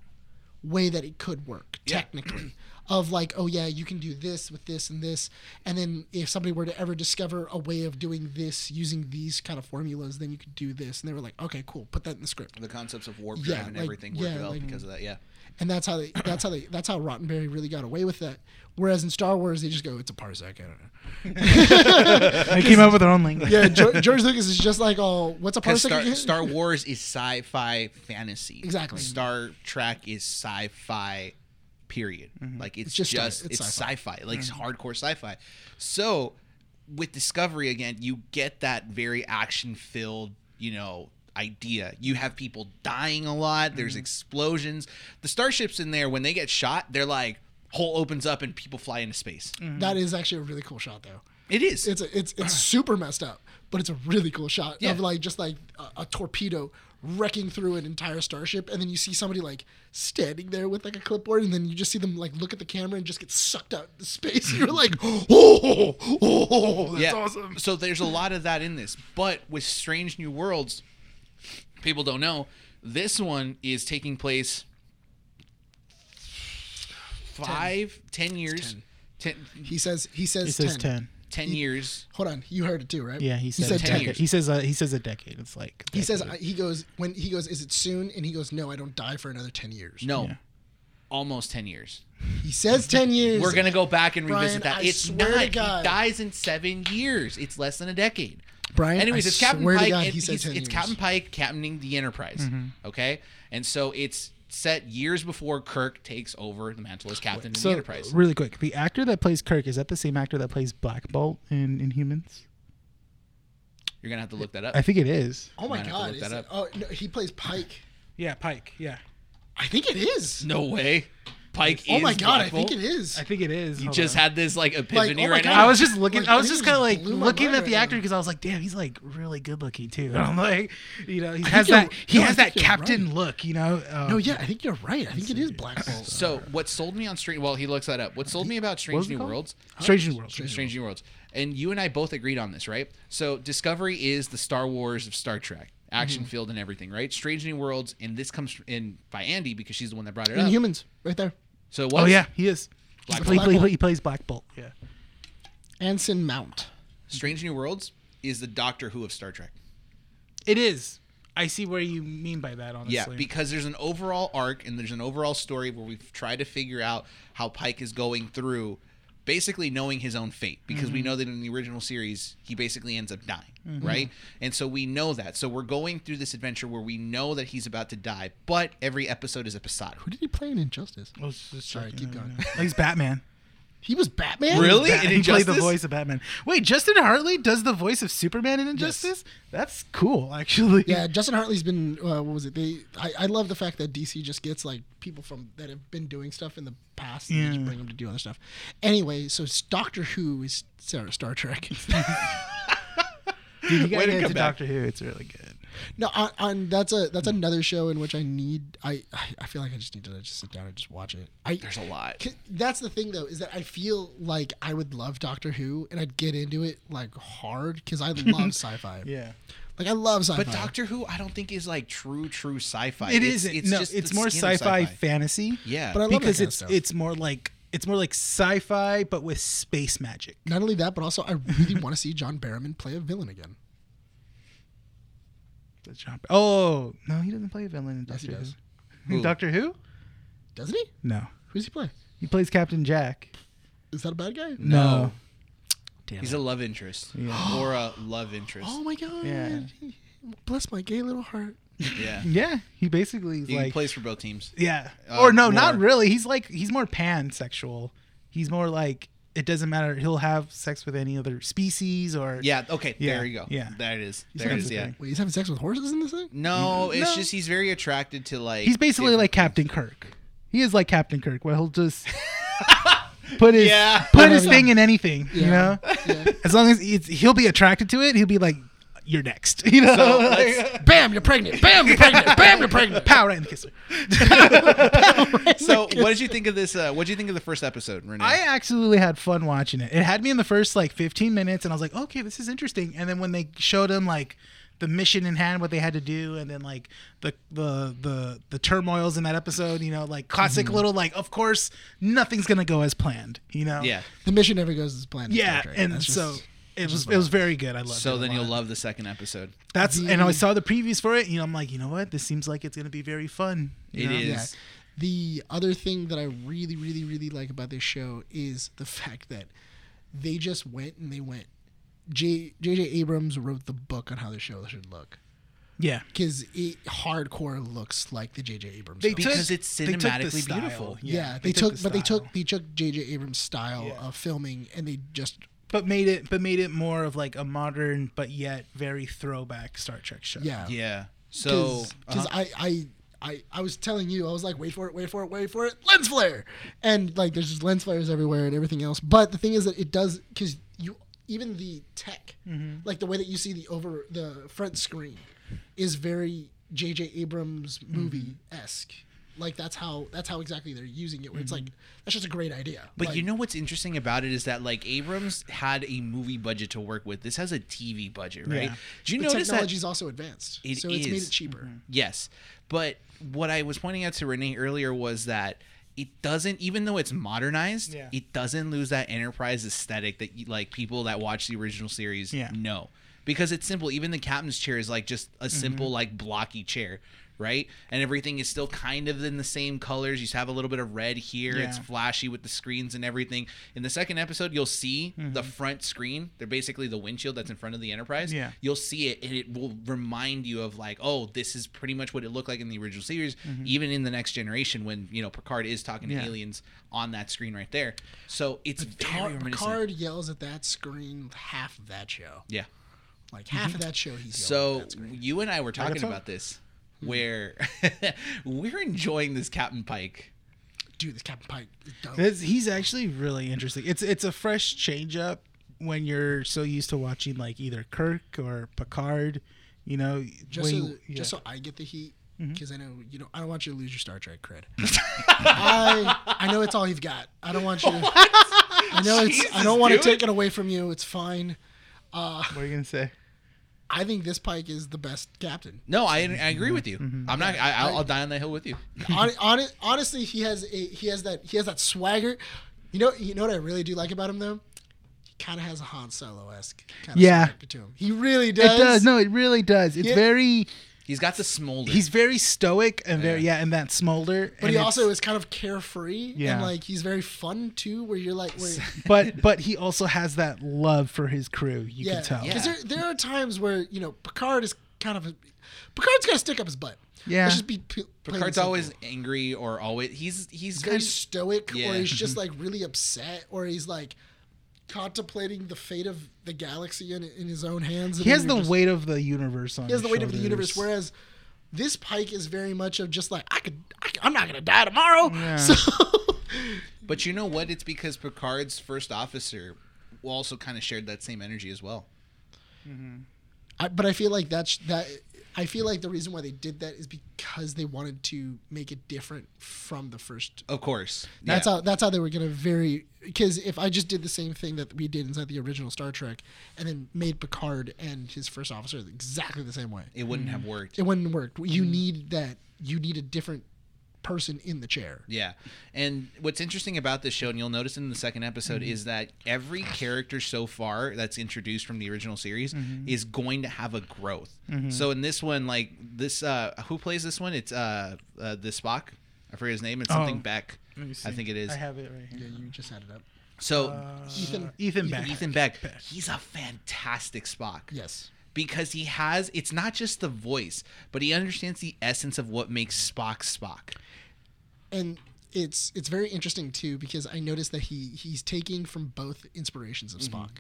way that it could work
Yeah.
technically. Of like, oh yeah, you can do this with this and this, and then if somebody were to ever discover a way of doing this using these kind of formulas, then you could do this. And they were like, okay, cool, put that in the script.
the concepts of warp
Yeah,
drive and
like-
everything were
yeah,
developed
like-
because of that. Yeah.
and that's how they that's how they that's how Rottenberry really got away with that. Whereas in Star Wars, they just go, "It's a parsec." I don't know.
They came up with their own language.
Yeah, George, George Lucas is just like, "Oh, what's a
Because
parsec?"
Star,
again?"
Star Wars is sci-fi fantasy.
Exactly.
Star Trek is sci-fi. Period. Like it's,
just
just,
sci- it's
it's,
sci-fi.
sci-fi. Like it's hardcore sci-fi. So with Discovery again, you get that very action-filled, you know, idea. You have people dying a lot. There's explosions. The starships in there when they get shot, they're like hole opens up and people fly into space.
That is actually a really cool shot, though.
It is.
It's a, it's it's super messed up, but it's a really cool shot
Yeah.
of like just like a, a torpedo wrecking through an entire starship, and then you see somebody like standing there with like a clipboard, and then you just see them like look at the camera and just get sucked out into space. And you're like, "Oh, oh, oh, oh that's awesome."
So there's a lot of that in this, but with Strange New Worlds, people don't know this one is taking place five, ten years, ten,
He says he says
He says
10.
ten.
10 years.
Hold on, you heard it too, right?
Yeah, he said,
said
a
10
deca-
years.
He says uh, he says a decade. It's like
He says
decade.
I- he goes when he goes. Is it soon? And he goes, no, I don't die for another ten years.
No, almost ten years.
he says ten years.
We're gonna go back and
Brian,
revisit that.
I
it's
swear to
not. He
God.
dies in seven years. It's less than a decade.
Brian.
Anyways,
I
it's Captain
swear to
Pike.
God,
and
he said
he's-
10
it's
years.
Captain Pike captaining the Enterprise.
Mm-hmm.
Okay, and so it's set years before Kirk takes over the mantle as captain in
so,
the uh, Enterprise.
Really quick, the actor that plays Kirk is that the same actor that plays Black Bolt in Inhumans?
You're gonna have to look that up.
I think it is.
Oh
Might
my
have to
God!
look
is
that
it-
up.
oh no, he plays Pike.
Yeah, Pike. Yeah,
I think it is.
No way. Pike.
oh
is
my God!
Black Bolt?
I think it is.
I think it is.
You
Hold
just
on.
had this like epiphany
oh my
right
God.
I
now.
was just looking.
Like,
I was
it
just
just
kind of like
blew my
looking
mind
at the
right
actor
now.
because I was like, "Damn, he's like really good looking too." And I'm like, you know, he has
you're-
that. He
no, I
has
think
that
you're
captain look. You know. Um,
no, yeah, I think you're right. I think it is Black Bolt.
So what sold me on Strange? Well, he looks that up. What sold me about Strange
was it
New
called?
Worlds?
Strange New World.
Strange New Worlds. And you and I both agreed on this, right? So Discovery is the Star Wars of Star Trek, action
Mm-hmm.
field and everything, right? Strange New Worlds, and this comes in by Andy because she's the one that brought it up.
Inhumans, right there.
so it
Oh
was-
yeah, he is.
Black
he,
Bolt.
play- play- he plays Black Bolt. Yeah.
Anson Mount.
Strange New Worlds is the Doctor Who of Star Trek.
It is. I see where you mean by that. Honestly.
Yeah, because there's an overall arc and there's an overall story where we've tried to figure out how Pike is going through basically knowing his own fate because
Mm-hmm.
we know that in the original series he basically ends up dying, right? And so we know that. So we're going through this adventure where we know that he's about to die, but every episode is episodic.
Who did he play in Injustice?
I was just
Sorry,
checking,
keep
I don't
going.
know. He's Batman.
He was Batman.
Really?
Bat-
In
he played the
Injustice?
voice of Batman. Wait, Justin Hartley does the voice of Superman in Injustice? That's cool, actually.
Yeah, Justin Hartley's been. Uh, what was it? They. I, I love the fact that DC just gets like people from that have been doing stuff in the past. And they
Yeah.
just bring them to do other stuff. Anyway, so it's Doctor Who is Star, Star Trek.
Dude, you gotta
Way to
get
come
into
back.
Doctor Who. It's really good.
no, on, on that's a that's another show in which I need. I I- I feel like I just need to just sit down and just watch it. I
There's a lot.
C- That's the thing, though, is that I feel like I would love Doctor Who and I'd get into it like hard because I love sci-fi.
Yeah.
Like I love sci-fi.
But Doctor Who, I don't think is like true, true sci-fi.
Uh-huh. It isn't. no,
just
it's
the
more
skin
sci-fi,
of
fantasy.
Yeah,
But I love that
because
kind of
it's
stuff.
it's more like it's more like sci-fi but with space magic.
Not only that, but also I really want to see John Barrowman play a villain again.
The John- Oh no, he doesn't play a villain in
Yes, he
Doctor
does.
Who.
Who?
Doctor Who?
Doesn't he?
No,
Who does he play?
he plays Captain Jack.
Is that a bad guy?
No.
Damn.
he's a love interest
Yeah.
or a love interest.
Oh my god.
Yeah.
Bless my gay little heart.
Yeah,
yeah, he basically is
he
like
plays for both teams.
yeah,
Uh,
or no, not
more.
really. He's like he's more pansexual. He's more like it doesn't matter. He'll have sex with any other species or
Yeah. Okay.
Yeah,
There you go.
yeah.
There it is.
He's
There it
not
is.
the
Yeah.
thing.
Wait, he's having sex with horses in this thing?
No, it's
No.
just he's very attracted to like.
He's basically
different-
like Captain Kirk. He is like Captain Kirk, where he'll just put his
Yeah.
put his thing in anything, you know.
Yeah. Yeah.
As long as it's, he'll be attracted to it, he'll be like, "You're next," you know.
So,
like,
let's-
Bam, you're pregnant. Bam, you're pregnant. Bam, you're pregnant.
pow right in the kisser.
so what did you think of this? Uh, what did you think of the first episode, Renee?
I actually had fun watching it. It had me in the first like 15 minutes, and I was like, "Okay, this is interesting." And then when they showed him like the mission in hand, what they had to do, and then like the the the the turmoils in that episode, you know, like classic
Mm-hmm.
little like, of course, nothing's gonna go as planned, you know.
yeah.
The mission never goes as planned. in Star
Yeah,
Trek.
and
That's just-
so it was it was very good. I loved it.
So
a
then
lot.
you'll love the second episode.
that's
The-
and I saw the previews for it. You know, I'm like, you know what? This seems like it's gonna be very fun.
It
you know?
is.
Yeah. The other thing that I really, really, really like about this show is the fact that they just went and they went. J. J. J. Abrams wrote the book on how the show should look
Yeah.
because it hardcore looks like the J. J. Abrams.
They
film.
Because
took-
it's
they took the
cinematically
style.
beautiful.
yeah, they, took,
the
but they took
style.
they took J. J. Abrams' style
Yeah.
of filming and they just
but made it but made it more of like a modern but yet very throwback Star Trek show.
yeah
Yeah. So
because
uh-huh.
I I. I, I was telling you, I was like, wait for it, wait for it, wait for it, lens flare, and like there's just lens flares everywhere and everything else. But the thing is that it does because you even the tech, like the way that you see the over the front screen, is very J.J. Abrams movie esque. Like that's how that's how exactly they're using it. Where it's like that's just a great idea.
But
Like,
you know what's interesting about it is that like Abrams had a movie budget to work with. This has a TV budget, right?
Yeah.
Do you
the
notice that?
technology's also advanced,
It
so it's made
is. Mm-hmm.
it cheaper.
Yes, but what I was pointing out to Renee earlier was that it doesn't, even though it's modernized,
Yeah.
it doesn't lose that Enterprise aesthetic that you, like people that watch the original series
Yeah.
know because it's simple. Even the captain's chair is like just a simple
Mm-hmm.
like blocky chair. Right, and everything is still kind of in the same colors. You just have a little bit of red here. It's
Yeah.
flashy with the screens and everything. In the second episode, you'll see
Mm-hmm.
the front screen. They're basically the windshield that's in front of the Enterprise.
Yeah.
You'll see it and it will remind you of like, oh, this is pretty much what it looked like in the original series, even in the next generation when, you know, Picard is talking
Yeah.
to aliens on that screen right there. So it's
Tar-
very reminiscent.
Picard yells at that screen half of that show.
Yeah.
Like half of that show he's yelling
Mm-hmm. So
at that
you and I were talking
so.
about this where we're enjoying this Captain Pike.
dude, this Captain Pike is dope.
It's- he's actually really interesting. It's it's a fresh change up when you're so used to watching like either Kirk or Picard, you know.
just
when
so,
you- yeah. Mm-hmm.
just so I get the heat, because I know you know I don't want you to lose your Star Trek cred. I I know it's all you've got. I don't want you. I know it's. I
Jesus,
don't want to
dude.
take it away from you. It's fine.
what are you gonna say?
I think this Pike is the best captain.
No, I, I agree with you. I'm not. I, I'll, I'll die on that hill with you.
Hon- hon- honestly, he has a, he has that he has that swagger. You know you know what I really do like about him though. He kind of has a Han Solo esque kind of
Yeah.
swagger to him. He really
It
does.
does. No, it really does. It's
Yeah.
very.
He's got the smolder.
He's very stoic and very yeah, and that smolder.
But
and
he
it's-
also is kind of carefree
Yeah.
and like he's very fun too. Where you're like, where,
But but he also has that love for his crew. You
yeah,
can tell.
because there there are times where you know Picard is kind of Picard's got to stick up his butt.
Yeah.
Let's just be. p- plain and
Picard's
simple.
always angry or always he's he's
He's very
kind
stoic,
Yeah.
or he's just like really upset, or he's like contemplating the fate of the galaxy in, in his own hands. and
He has
you're
the
just-
weight of the universe on.
He has the
his
weight of the
shoulders.
universe. Whereas this Pike is very much of just like I could, I could I'm not gonna die tomorrow. So
But you know what? It's because Picard's first officer also kind of shared that same energy as well.
I, but I feel like that's that. I feel like the reason why they did that is because they wanted to make it different from the first.
Of course.
That's
Yeah.
how that's how they were gonna vary. Because if I just did the same thing that we did inside the original Star Trek, and then made Picard and his first officer exactly the same way,
it wouldn't have worked.
it wouldn't work. You need that. You need a different person in the chair.
Yeah. And what's interesting about this show, and you'll notice in the second episode, is that every character so far that's introduced from the original series
Mm-hmm.
is going to have a growth. So in this one, like this, uh, who plays this one? It's uh, uh, the Spock. I forget his name. It's something
Oh.
Beck.
Let me
I
see.
think it is.
I have it right here.
Yeah, you just had it up.
So
Ethan-
Uh, Ethan
Ethan-
Beck.
Ethan Beck, he's a fantastic Spock.
Yes.
because he has it's not just the voice, but he understands the essence of what makes Spock Spock.
and it's it's very interesting too because I noticed that he he's taking from both inspirations of Spock,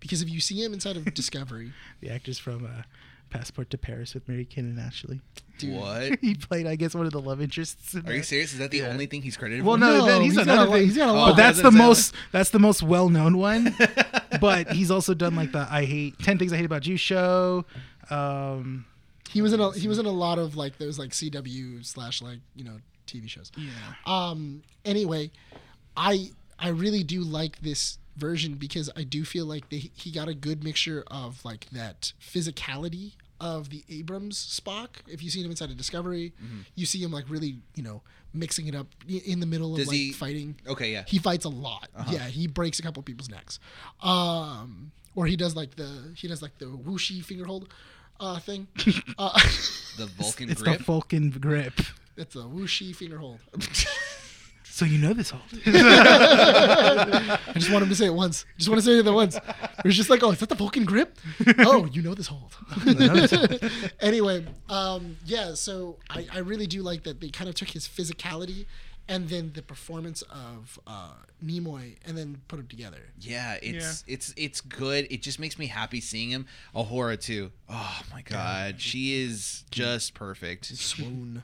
because if you see him inside of Discovery,
The actor's from uh, Passport to Paris with Mary Kinn and Ashley.
What?
he played, I guess, one of the love interests. in
Are you
that.
serious? Is that the only thing he's credited
Well,
for?
no,
No,
then he's,
he's got
another
a lot-
thing.
he's got a lot.
But that's
Doesn't
the
sound-
most that's the most well known one. but he's also done like the I hate ten things I hate about you show. Um,
he was in a he was in a lot of like those like CW slash like you know TV shows. Yeah. Um. Anyway, I I really do like this version because I do feel like they, he got a good mixture of like that physicality of the Abrams Spock. If you see him inside of Discovery,
Mm-hmm.
you see him like really you know mixing it up i- in the middle
Does
of like
he-
fighting.
Okay, yeah.
He fights a lot. Yeah, he breaks a couple people's necks. Um, or he does like the he does like the whooshy finger hold uh, thing. uh,
the Vulcan
it's
grip.
the Vulcan grip.
that's a whooshy finger hold.
So you know this whole.
I just want him to say it once. Just want to say it the once. It was just like, oh, is that the Vulcan grip? oh, you know this hold. anyway, um, yeah. So I, I really do like that they kind of took his physicality and then the performance of uh, Nimoy and then put them together.
yeah, it's it's it's good. It just makes me happy seeing him. Ahura too. Oh my god, she is just perfect,
Swoon.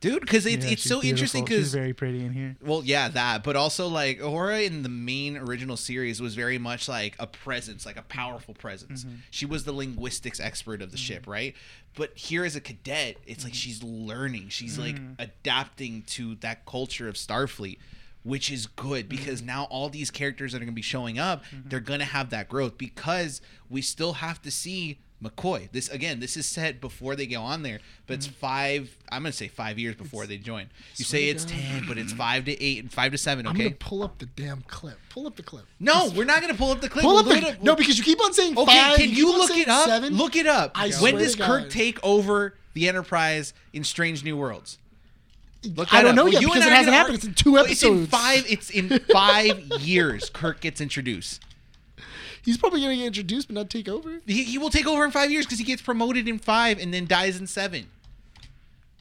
dude. Because it's
Yeah,
it's
she's
so interesting.
beautiful. She's
Because
very pretty in here.
Well, yeah, that, but also like Aurora in the main original series was very much like a presence, like a powerful presence. She was the linguistics expert of the ship, right? But here as a cadet, it's like she's learning, she's like adapting to that culture of Starfleet, which is good because now all these characters that are going to be showing up, they're going to have that growth because we still have to see McCoy. This again, this is set before they go on there, but it's five. I'm gonna say five years before they join. You say
to
it's
God.
ten, but it's five to eight and five to seven.
Mm-hmm. I'm
Okay.
gonna pull up the damn clip. Pull up the clip.
no, we're not gonna pull up the clip.
Pull
We'll
up
do
the
it-
no because you keep on saying
Okay,
five,
can
keep
you
on
look
saying
it up?
seven.
Look it up.
I
when
swear
does
to
Kirk
God.
take over the Enterprise in Strange New Worlds? Look
I
that
don't
up.
know
Well,
yet
you
because
and I
it
are
hasn't
gonna
happened.
argue-
It's in two
Well, It's in
episodes.
five. It's in five years. Kirk gets introduced.
He's probably gonna get introduced but not take over.
He, he will take over in five years because he gets promoted in five and then dies in seven.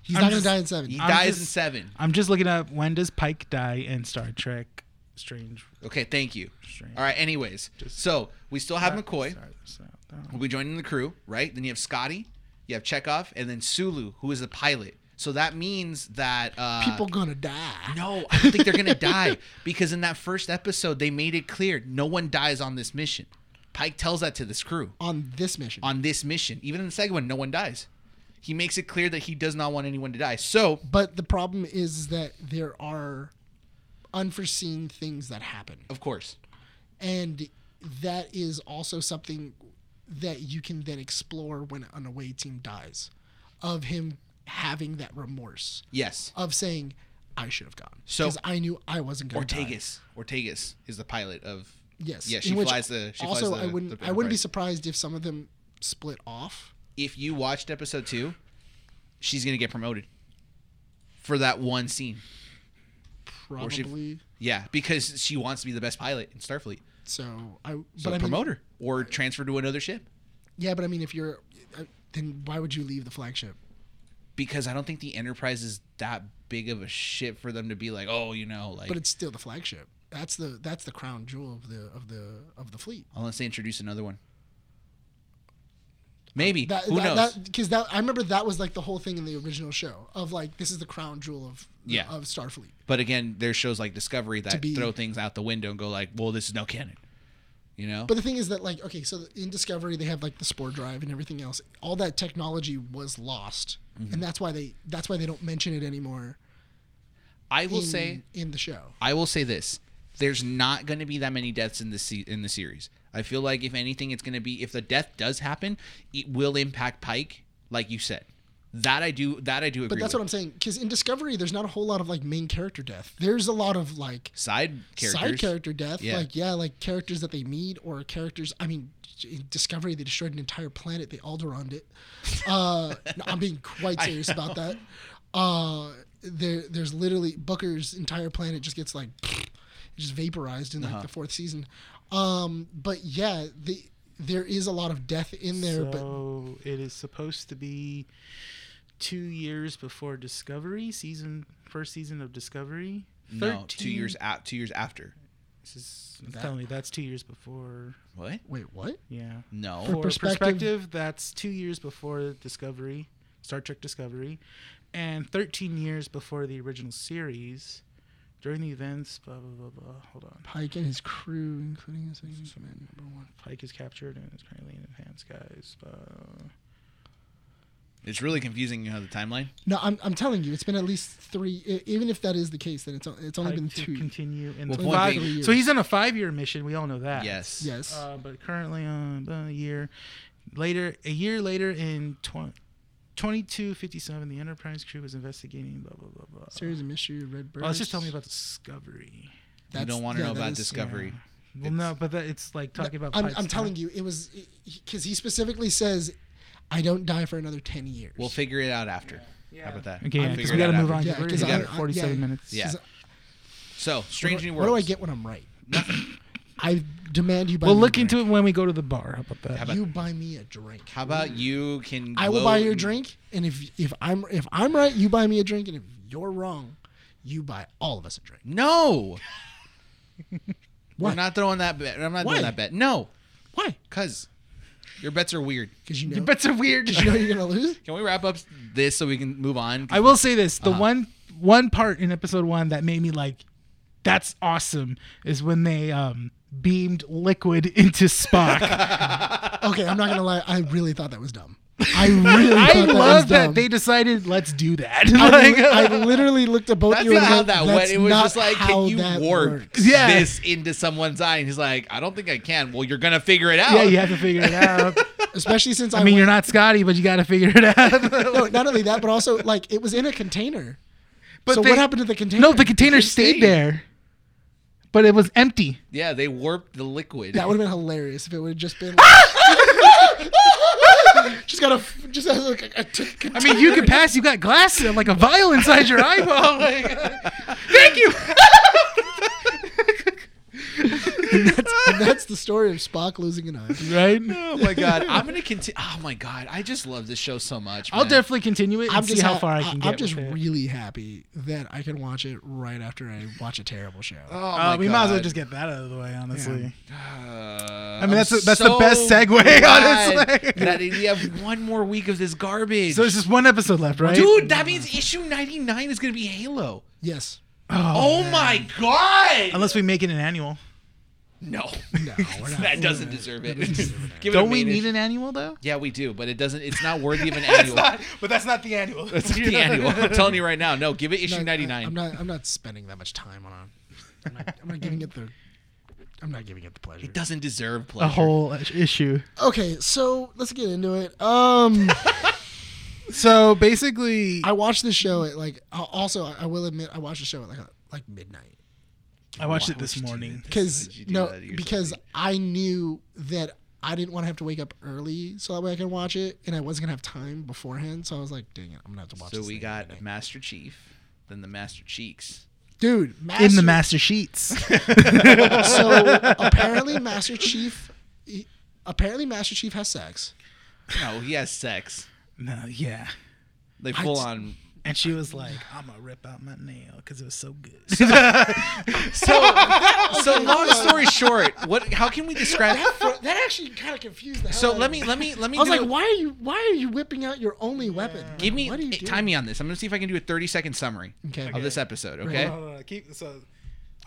He's
I'm
not
just-
gonna die in seven.
He
I'm
dies in
just-
seven.
I'm just looking up when does Pike die in Star Trek Strange.
Okay, thank you.
Strange.
All right. Anyways, so we still have McCoy.
Sorry, sorry,
We'll be joining the crew, right? Then you have Scotty, you have Chekhov, and then Sulu, who is the pilot. So that means that uh,
People gonna die.
No, I don't think they're gonna die because in that first episode they made it clear no one dies on this mission. Pike tells that to this crew
on this mission.
on this mission. Even in the second one, no one dies. He makes it clear that he does not want anyone to die. So
but the problem is that there are unforeseen things that happen.
of course,
And that is also something that you can then explore when an away team dies of him having that remorse
yes.
of saying, I should have gone.
So-
because I knew I wasn't going to
Ortegas, Ortegas is the pilot of.
Yes.
Yeah,
in
she
which
flies the. She
also,
flies the,
I wouldn't.
the
I wouldn't be
Enterprise.
surprised if some of them split off.
if you watched episode two, she's gonna get promoted for that one scene.
Probably.
she- Yeah, because she wants to be the best pilot in Starfleet.
so I.
So
but I mean,
promote her or transfer to another ship.
Yeah, but I mean, if you're, I- then why would you leave the flagship?
because I don't think the Enterprise is that big of a shit for them to be like, oh, you know, like
But it's still the flagship. That's the that's the crown jewel of the of the of the fleet.
unless they introduce another one. Maybe
That,
who knows?
Because that, I remember that was like the whole thing in the original show of like this is the crown jewel of
Yeah.
of Starfleet.
but again, there's shows like Discovery that
be-
throw things out the window and go like, well, this is no canon. You know,
But the thing is that like okay, so in Discovery they have like the spore drive and everything else. All that technology was lost, and that's why they that's why they don't mention it anymore.
I will
in,
say
in the show.
I will say this: there's not going to be that many deaths in the se- in the series. I feel like if anything, it's going to be if the death does happen, it will impact Pike, like you said. That I do. That I do agree.
But that's
with.
what I'm saying. Because in Discovery, there's not a whole lot of like main character death. There's a lot of like
side characters.
side character death.
Yeah.
Like yeah, like characters that they meet or characters. I mean, in Discovery, they destroyed an entire planet. They Alderaan it. Uh, no, I'm being quite serious about that. Uh, there, there's literally Booker's entire planet just gets like just vaporized in
Uh-huh.
like the fourth season. Um, but yeah, the there is a lot of death in there, but
so it is supposed to be two years before Discovery season, first season of Discovery.
No, two
13
years out. Two years after.
This is, I'm telling you, that's two years before.
What?
wait, what?
Yeah.
No.
For
perspective-
perspective, that's two years before Discovery, Star Trek Discovery, and 13 years before the original series. During the events, blah blah blah blah. Hold on.
Pike and his crew, including his command number one.
Pike is captured and is currently in enhanced guys. Uh,
It's really confusing. You know the timeline.
No, I'm, I'm telling you, it's been at least three. e- Even if that is the case, then it's o- it's only
Pike
been
to
two.
continue in
Well,
the
point
five.
being-
So he's in a five-year mission. We all know that.
Yes.
yes,
Uh, but currently, uh, about a year later, a year later in tw- 2257, the Enterprise crew was investigating. Blah blah blah blah.
series of mystery, red bird.
Oh, let's just tell me about Discovery.
you don't want to know about Discovery.
Well, no, but that, it's like talking about.
I'm,
Pike's
I'm telling
time.
you, it was because he specifically says, "I don't die for another ten years."
We'll figure it out after. How about that?
Okay,
I'll
because
figure it
we got to
out
move on.
after.
Yeah,
Yeah, we
'cause
got
I- I-
47
yeah.
minutes.
Yeah.
Because-
So, Strange New
what
Worlds.
do I get when I'm right? I demand you buy.
We'll
me
look
a drink.
into it when we go to the bar. How about that?
How about-
You buy me a drink.
How about you can?
I will
gloat
buy you a
and-
drink, and if if I'm if I'm right, you buy me a drink, and if you're wrong, you buy all of us a drink.
No.
Why?
We're not throwing that bet. I'm not
Why?
doing that bet. No,
Why?
cause your bets are weird.
Because you know.
Your bets are weird.
you know you're gonna lose.
Can we wrap up this so we can move on?
I will say this: the
Uh-huh.
one one part in episode one that made me like, "That's awesome," is when they um beamed liquid into Spock.
Okay, I'm not gonna lie. I really thought that was dumb. I really.
I
thought that, was
love that
dumb. uh,
they decided, "Let's do that."
I,
Like, uh,
li- I literally looked at both
That's
you
not
and
how
like,
that
"That's
went. It was
not
just like,
how
can you
that
warp
works."
Yeah.
this into someone's eye? And he's like, I don't think I can. Well, you're gonna figure it out.
yeah, you have to figure it out.
Especially since I,
I mean,
went,
you're not Scotty, but you got to figure it out.
no, not only that, but also like it was in a container.
But
so
they-
what happened to the container?
No, the container
It
stayed
stayed.
there, but it was empty.
Yeah, they warped the liquid.
that would have been hilarious if it would have just been. like- just got a just a, like a, a t-
I mean, you could pass. You got glass, and, like a vial inside your eyeball. Like, thank you.
and that's the story of Spock losing an eye.
Right.
oh my god, I'm gonna continue. Oh my god, I just love this show so much.
I'll
man.
definitely continue it and see how
ha-
far I can get.
I'm just
with it.
really happy that I can watch it right after I watch a terrible show.
Oh
Uh,
my
we might as well
God.
just get that out of the way, honestly.
Uh,
I mean, that's
I'm
a- that's the best segue,
glad
honestly.
that we have one more week of this garbage.
So it's just one episode left, right?
Dude, that means issue 99 is going to be Halo.
yes.
Oh,
man.
my God.
Unless we make it an annual.
no.
No, we're not.
that doesn't deserve it. Give it a
Don't we
main
need
issue.
an annual though?
Yeah, we do, but it doesn't. It's not worthy of an annual.
but that's not the annual.
It's not the annual. I'm telling you right now. No, give it issue
No, I-
99.
I'm not. I'm not spending that much time on. A, I'm, not, I'm not giving it the. I'm not giving it the pleasure.
it doesn't deserve
A
pleasure.
whole issue.
Okay, so let's get into it. Um,
So basically,
I watched the show at like. I- Also, I I will admit, I watched the show at like like midnight
I watched it this morning.
because
Did you do
no,
that to yourself?
because I knew that I didn't want to have to wake up early so that way I can watch it, and I wasn't gonna have time beforehand. So I was like, dang it, I'm gonna have to watch.
So
this
we
thing at
got
midnight.
Master Chief, then the Master Cheeks.
dude
In the
Master-
master sheets.
so apparently Master Chief, he- apparently Master Chief has sex.
No, he has sex.
No, yeah.
They full on.
And she was like, "I'm gonna rip out my nail because it was so good."
So, so long story short, what? How can we describe?
That, fro- that actually kind of confused the hell
So
out of
let me let me let me.
I was
do
like,
a-
why are you why are you whipping out your only weapon? Like,
Give me
what are you
eh,
doing?
time me on this. I'm gonna see if I can do a 30 second summary
Okay.
of this episode. Okay.
Hold on, hold on, keep so.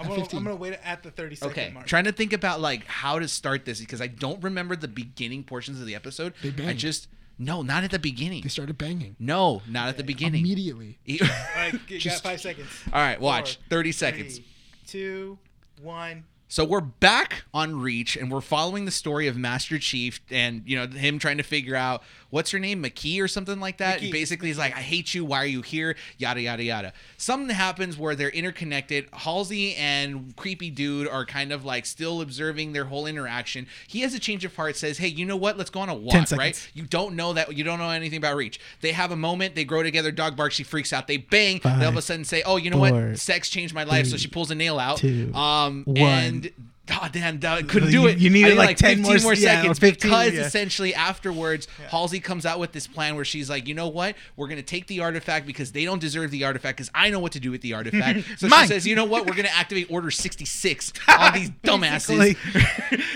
I'm
At
gonna,
15.
I'm gonna wait at the 30 second
Okay,
mark.
trying to think about like how to start this because I don't remember the beginning portions of the episode.
They banged.
I just no, not at the beginning.
They started banging
No, not at the beginning.
immediately.
E-
All right, you
Just-
got five seconds.
All right, watch
Four,
30 seconds.
Three, two, one.
So we're back on Reach and we're following the story of Master Chief and you know him trying to figure out what's her name, McKee or something like that.
McKee.
Basically, he's like, "I hate you. Why are you here?" Yada yada yada. Something happens where they're interconnected. Halsey and creepy dude are kind of like still observing their whole interaction. He has a change of heart. Says, "Hey, you know what? Let's go on a walk."
seconds.
Right? You don't know that. You don't know anything about Reach. They have a moment. They grow together. Dog barks. She freaks out. They bang. they all of a
Five,
sudden say, "Oh, you know
four,
what? Sex changed my life." so she pulls a nail out.
two,
um,
one.
and God damn, I
Uh,
couldn't
You-
do it.
you needed
I need,
like 10 more- yeah, or 15,
because
yeah.
essentially afterwards, Halsey comes out with this plan where she's like, you know what? We're gonna take the artifact because they don't deserve the artifact because I know what to do with the artifact. so she
Mine.
says, you know what? We're gonna activate Order sixty six on these dumbasses,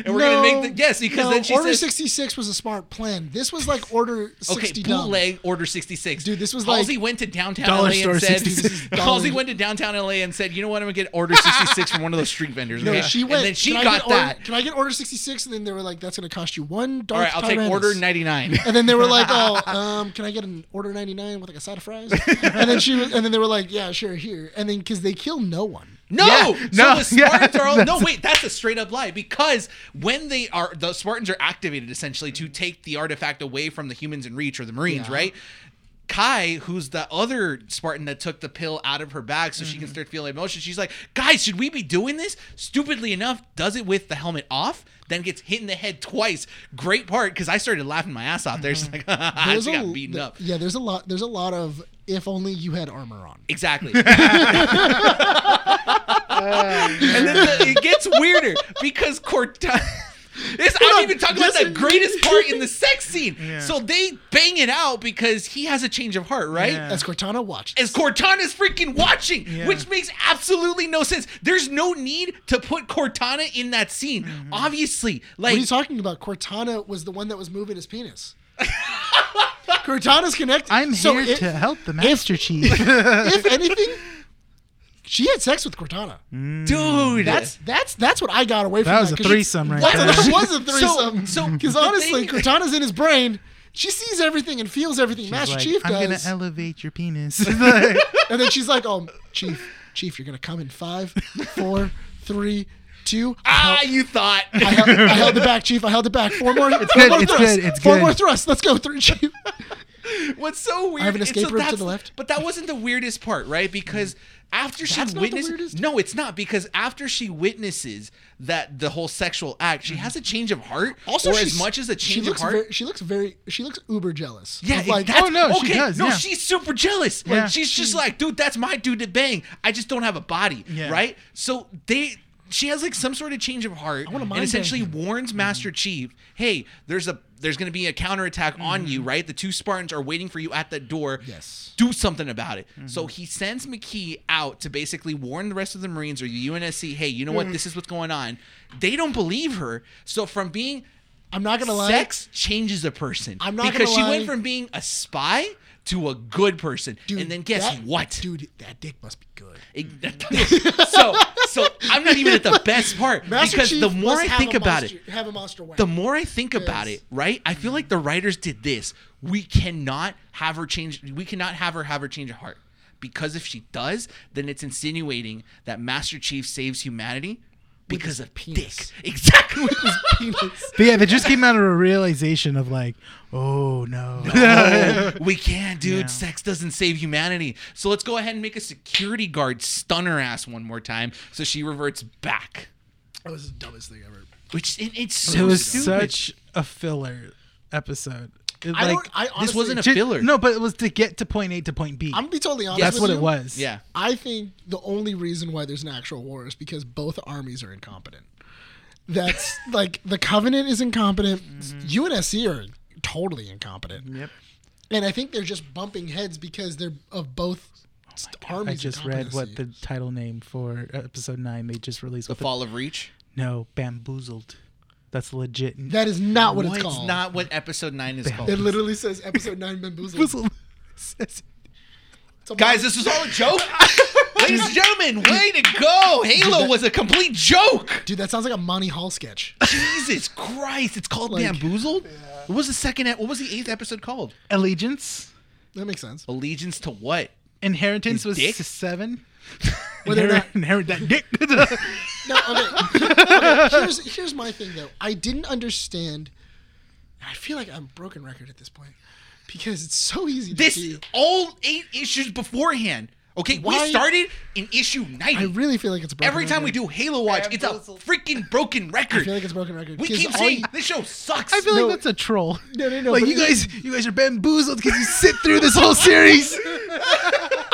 and we're gonna make the yes because
no,
then she
Order
says.
66 was a smart plan. This was like Order 60
Okay,
dumb.
bootleg order sixty six.
Dude, this was
Halsey
like-
went to downtown
Dollar
LA
Store
and said
66.
Halsey went to downtown LA and said, you know what, I'm gonna get order sixty six from one of those street vendors.
No,
okay?
she went.
and then she
"Can I
got
get order,
that.
Can I get Order 66? And then they were like, that's going to cost you one
All
dark
right, I'll take
Tyrannus."
order 99.
And then they were like, "Oh, um, can I get an order ninety nine with like a side of fries?" And then she was, and then they were like, "Yeah, sure, here." And then because they kill no one,
No,
Yeah,
no,
no,
the Spartans
yeah,
are all,
that's-
no. Wait, that's a straight up lie because when they are the Spartans are activated essentially to take the artifact away from the humans in Reach or the Marines,
Yeah.
right? Kai, who's the other Spartan that took the pill out of her bag so she
Mm-hmm.
can start feeling emotion, she's like, "Guys, should we be doing this?" Stupidly enough, does it with the helmet off, then gets hit in the head twice. Great part because I started laughing my ass off there. She's like, "I
Mm-hmm. There's
she
a-
got beaten
th-
up."
Yeah, there's a lot. There's a lot of if only you had armor on.
Exactly. and then the, it gets weirder because Cortana. This, I'm not even talking about the greatest part in the sex scene.
Yeah.
So they bang it out because he has a change of heart, right?
Yeah.
As Cortana watched,
As Cortana's freaking watching,
Yeah.
which makes absolutely no sense. There's no need to put Cortana in that scene. Obviously,
Mm-hmm. what
like
are you talking about? Cortana was the one that was moving his penis. Cortana's connected.
I'm
So
here
if-
to help the Master Chief.
If anything, she had sex with Cortana.
dude,
That's that's that's what I got away from.
That was a
'cause she-
threesome right
That's-
there.
That was a threesome.
so
because
the
honestly,
thing-
Cortana's in his brain. She sees everything and feels everything Master
Like,
Chief
I'm gonna
does,
elevate your penis.
and then she's like, "Oh, Chief, Chief, you're gonna come in five, four, three, two. I
ah,
held-
you thought.
I held, I held it back, Chief. I held it back. Four more. It's four
good,
More
it's
thrusts.
good, it's
Four
good.
more thrusts. Let's go, three, Chief.
What's so weird?
have an
it's-
escape
so
route to
that's-
the left. Mm.
But that wasn't the weirdest part, right? Because after she
That's not the
witnesses,
weirdest?
no, it's not. Because after she witnesses that the whole sexual act, she has a change of heart. or as
Mm. she's-
much as a
she
change of
looks
heart.
Very, she looks very. She looks uber jealous.
yeah,
Of
it-
like
that's,
Oh, no,
okay,
she does,
No,
yeah.
she's super jealous.
Yeah.
Like, she's just like, dude, that's my dude to bang. I just don't have a body,
Yeah.
right? So they. She has like some sort of change of heart
wanna
and
mind
essentially
bang
Mm-hmm.
warns Master Chief, "Hey, there's a there's going to be a counterattack on
Mm-hmm.
you, right? The two Spartans are waiting for you at the door.
Yes.
do something about it.
Mm-hmm.
So he sends McKee out to basically warn the rest of the Marines or the UNSC, hey, you know
Mm-hmm.
what? This is what's going on. They don't believe her. So from being
I'm not gonna lie.
sex changes a person.
I'm not
because
gonna
she went
lie.
from being a spy to a good person.
Dude,
and then guess
that-
what?
Dude, that dick must be good.
It- so so I'm not even at the best part
Master
because
Chief
the more
must
I
have
think
a
about it,
monster, have a monster wank.
the more I think about
Yes.
it, right? I feel like the writers did this. We cannot have her change. We cannot have her have her change of heart because if she does, then it's insinuating that Master Chief saves humanity because of
penis.
dick. Exactly.
penis.
but yeah, they just came out of a realization of like, oh no.
No, we can't, dude.
Yeah.
Sex doesn't save humanity. So let's go ahead and make a security guard stun her ass one more time so she reverts back.
That was the dumbest thing ever.
Which it, it's
it
so
was
stupid.
such a filler episode. It,
I
like
don't. I honestly,
this wasn't a
ju-
filler.
No, but it was to get to point A to point B.
I'm gonna be totally honest.
That's
with
what
you.
it was.
Yeah.
I think the only reason why there's an actual war is because both armies are incompetent. That's like the Covenant is incompetent. UNSC are totally incompetent.
Mm-hmm. Yep.
And I think they're just bumping heads because they're of both st-
Oh I
armies.
just read what the title name for episode nine they just released.
The
with
Fall of Reach.
no, bamboozled. That's legit.
That is not what it's
It's
called.
not what episode nine is called.
It literally says episode nine bamboozled.
bamboozled. Says-
It's a
Guys,
mon-
this was all a joke. Ladies and gentlemen, way to go! Halo was a complete joke.
dude, that sounds like a Monty Hall sketch.
Jesus Christ! It's called
Like-
Bamboozled. What was the second? ep- What was the eighth episode called?
Allegiance.
That makes sense.
Allegiance to what?
Inheritance
His
was
dick?
s- seven.
Whether or
inherit,
not-
inherit that dick.
No, okay. Okay, Here's here's my thing though. I didn't understand. I feel like I'm broken record at this point because it's so easy to
This
see.
all eight issues beforehand. Okay,
Why-
we started in issue ninety.
I really feel like it's a broken
Every time we do Halo Watch, it's a freaking broken
I
record.
feel like it's a broken record.
we
'cause
keep
all
saying
you-
this show sucks.
I feel
No.
like that's a troll.
No, no, no,
Like
but
you
it-
guys, you guys are bamboozled because you sit through this whole series.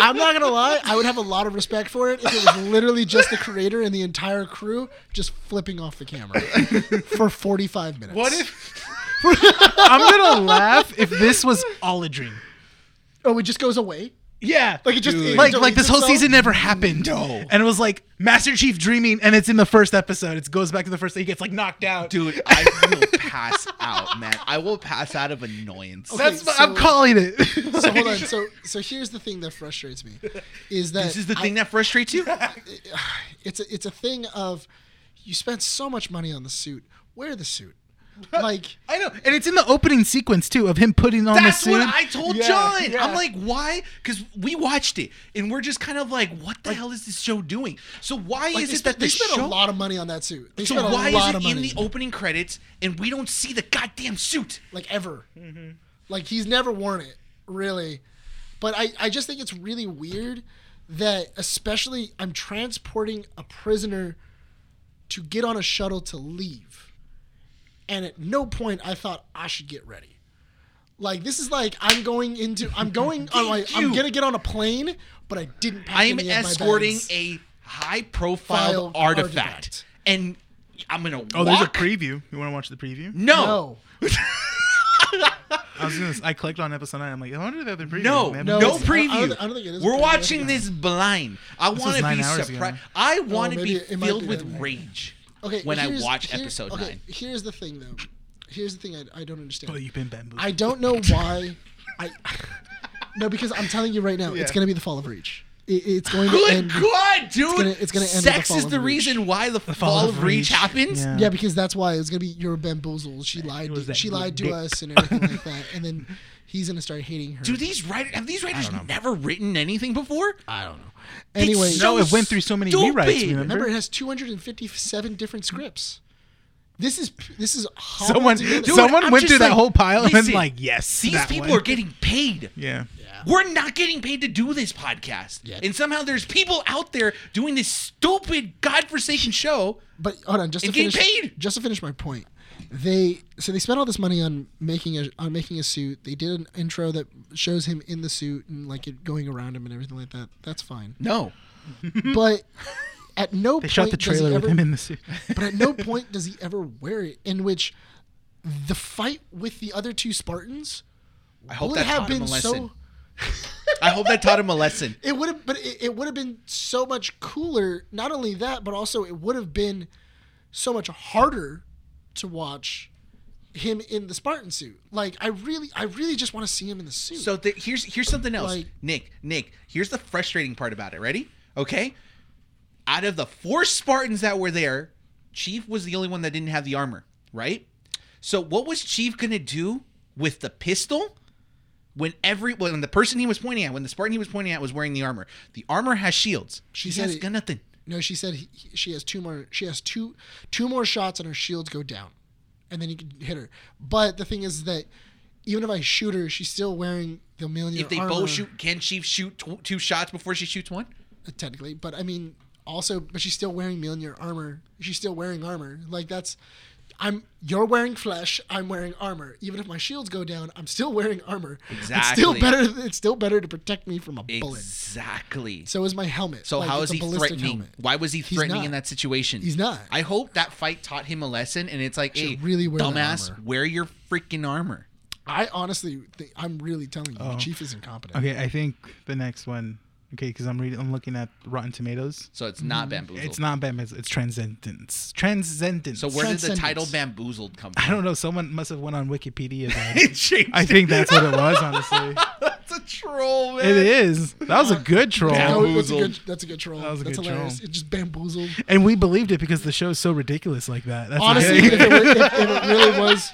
I'm not gonna lie. I would have a lot of respect for it if it was literally just the creator and the entire crew just flipping off the camera for 45 minutes.
what if
I'm gonna laugh if this was all a dream.
Oh, it just goes away.
Yeah,
Like it just it
like
deletes
like this whole
itself?
season never happened.
No.
and it was like Master Chief dreaming, and it's in the first episode. It goes back to the first. He gets like knocked out.
dude i will pass out man i will pass out of annoyance
that's
Okay,
what I'm
so-
calling it.
So hold on. So so here's the thing that frustrates me, is that
this is the
I-
thing that frustrates you
it's a, it's a thing of you spent so much money on the suit. Wear the suit. Like
I know, and it's in the opening sequence too of him putting on
that's
the suit.
what i told
Yeah,
john
yeah.
i'm like why because we watched it and we're just kind of like what the hell is this show doing so why
like
is
they,
it
spent,
that
they
this
spent
show
a lot of money on that suit. They
so
spent
why
a lot
is
of
it in
money.
the opening credits and we don't see the goddamn suit
like ever.
Mm-hmm.
Like he's never worn it, really. But I, I just think it's really weird that especially I'm transporting a prisoner to get on a shuttle to leave. And at no point I thought I should get ready. Like this is like I'm going into I'm going on like I'm
you.
gonna get on a plane, but I didn't pack
i'm
any of my
escorting
bags.
a high profile
File
artifact,
artifact.
and i'm gonna
Oh, there's a
walk-
preview. You want to watch the preview?
no
no.
I was gonna. I clicked on episode nine. I'm like, I wonder if they have the preview.
No,
They
no,
No,
haven't
it's- I- I
preview.
don't- I don't think it is a
We're
preview.
watching this blind. I want
was
to
nine
be
hours ago.
surprised. I want to
Oh, maybe
be
it might
filled
be
with
that night.
rage
Okay.
when I
here's-
watch
here-
episode
okay,
nine.
Here's the thing though. Here's the thing I, I don't understand.
Oh, you've been bamboozled.
I don't know why. I no, because I'm telling you right now, it's going to be the fall of Reach. It, it's going to
Good
end.
God, dude!
gonna- it's gonna end with the
Sex
fall
is
of
the
Reach.
reason why the, fall, of reach, happens.
Yeah.
Yeah, because that's why it's going to be your bamboozled. She lied.
was
To,
that
she lied to
dick.
us and everything like that. And then he's going to start hating her.
Do these writers have these writers never written anything before?
I don't know. Anyway,
so-
No, it went through so many
stupid.
rewrites. Remember?
remember it has 257 different scripts. This is this is hobbled
someone,
together.
Dude,
someone
I'm
went
just
through that
like,
whole pile and
listen,
then like, yes,
These
that
people
one.
are getting paid.
Yeah.
We're not getting paid to do this podcast,
Yeah.
and somehow there's people out there doing this stupid godforsaken show.
But hold on, just to
And getting
finish,
paid.
just to finish my point, they so they spent all this money on making a on making a suit. They did an intro that shows him in the suit and like it going around him and everything like that. That's fine,
No, Hmm.
but at no
They
point
shot the
does he
trailer with
ever-
him in the suit.
but at no point does he ever wear it. In which the fight with the other two Spartans
I hope
would
that
have
taught him
been
a lesson.
so.
I hope that taught him a lesson.
It would have, but it, it would have been so much cooler. Not only that, but also it would have been so much harder to watch him in the Spartan suit. Like I really, I really just want to see him in the suit.
So th- here's here's something else,
Like-
Nick. Nick, here's the frustrating part about it. Ready? Okay. Out of the four Spartans that were there, Chief was the only one that didn't have the armor, right? So what was Chief gonna do with the pistol? When every when the person he was pointing at, when the Spartan he was pointing at was wearing the armor, the armor has shields. She
She
he
said
has
it-
got nothing.
no, she said he, he- she has two more. She has two, two more shots, and her shields go down, and then you can hit her. But the thing is that even if I shoot her, she's still wearing the Mjolnir
If they
armor.
both shoot, can Chief shoot tw- two shots before she shoots one?
technically, but I mean, also, but she's still wearing Mjolnir armor. She's still wearing armor. Like that's, I'm. You're wearing flesh. I'm wearing armor. Even if my shields go down, I'm still wearing armor. It's still
Exactly.
better. It's still better to protect me from a bullet.
Exactly.
So is my helmet.
So
Like,
how is
it's a
he
ballistic
threatening?
helmet.
Why was he
He's
threatening in
not.
that situation?
He's not.
I hope that fight taught him a lesson, and it's like, hey,
really wear that
dumbass,
armor.
wear your freaking armor.
I honestly, think, I'm really telling you, the
Oh.
Chief is incompetent.
Okay, I think the next one. Okay, because I'm reading. I'm looking at Rotten Tomatoes.
So it's not bamboozled.
It's not Bamboozled. It's Transcendence. Transcendence.
So where did the
Transcendence.
title bamboozled come
I
from?
don't know. Someone must have went on Wikipedia. Then.
It changed.
I think that's what it was. Honestly,
that's a troll, man.
it is. That was a good troll,
No, it was a
Bamboozled.
good, that's a good troll.
That was a
that's
good
hilarious.
troll.
It just bamboozled.
and we believed it because the show is so ridiculous like that. That's
Honestly,
not-
if, it, were- if, if it really was,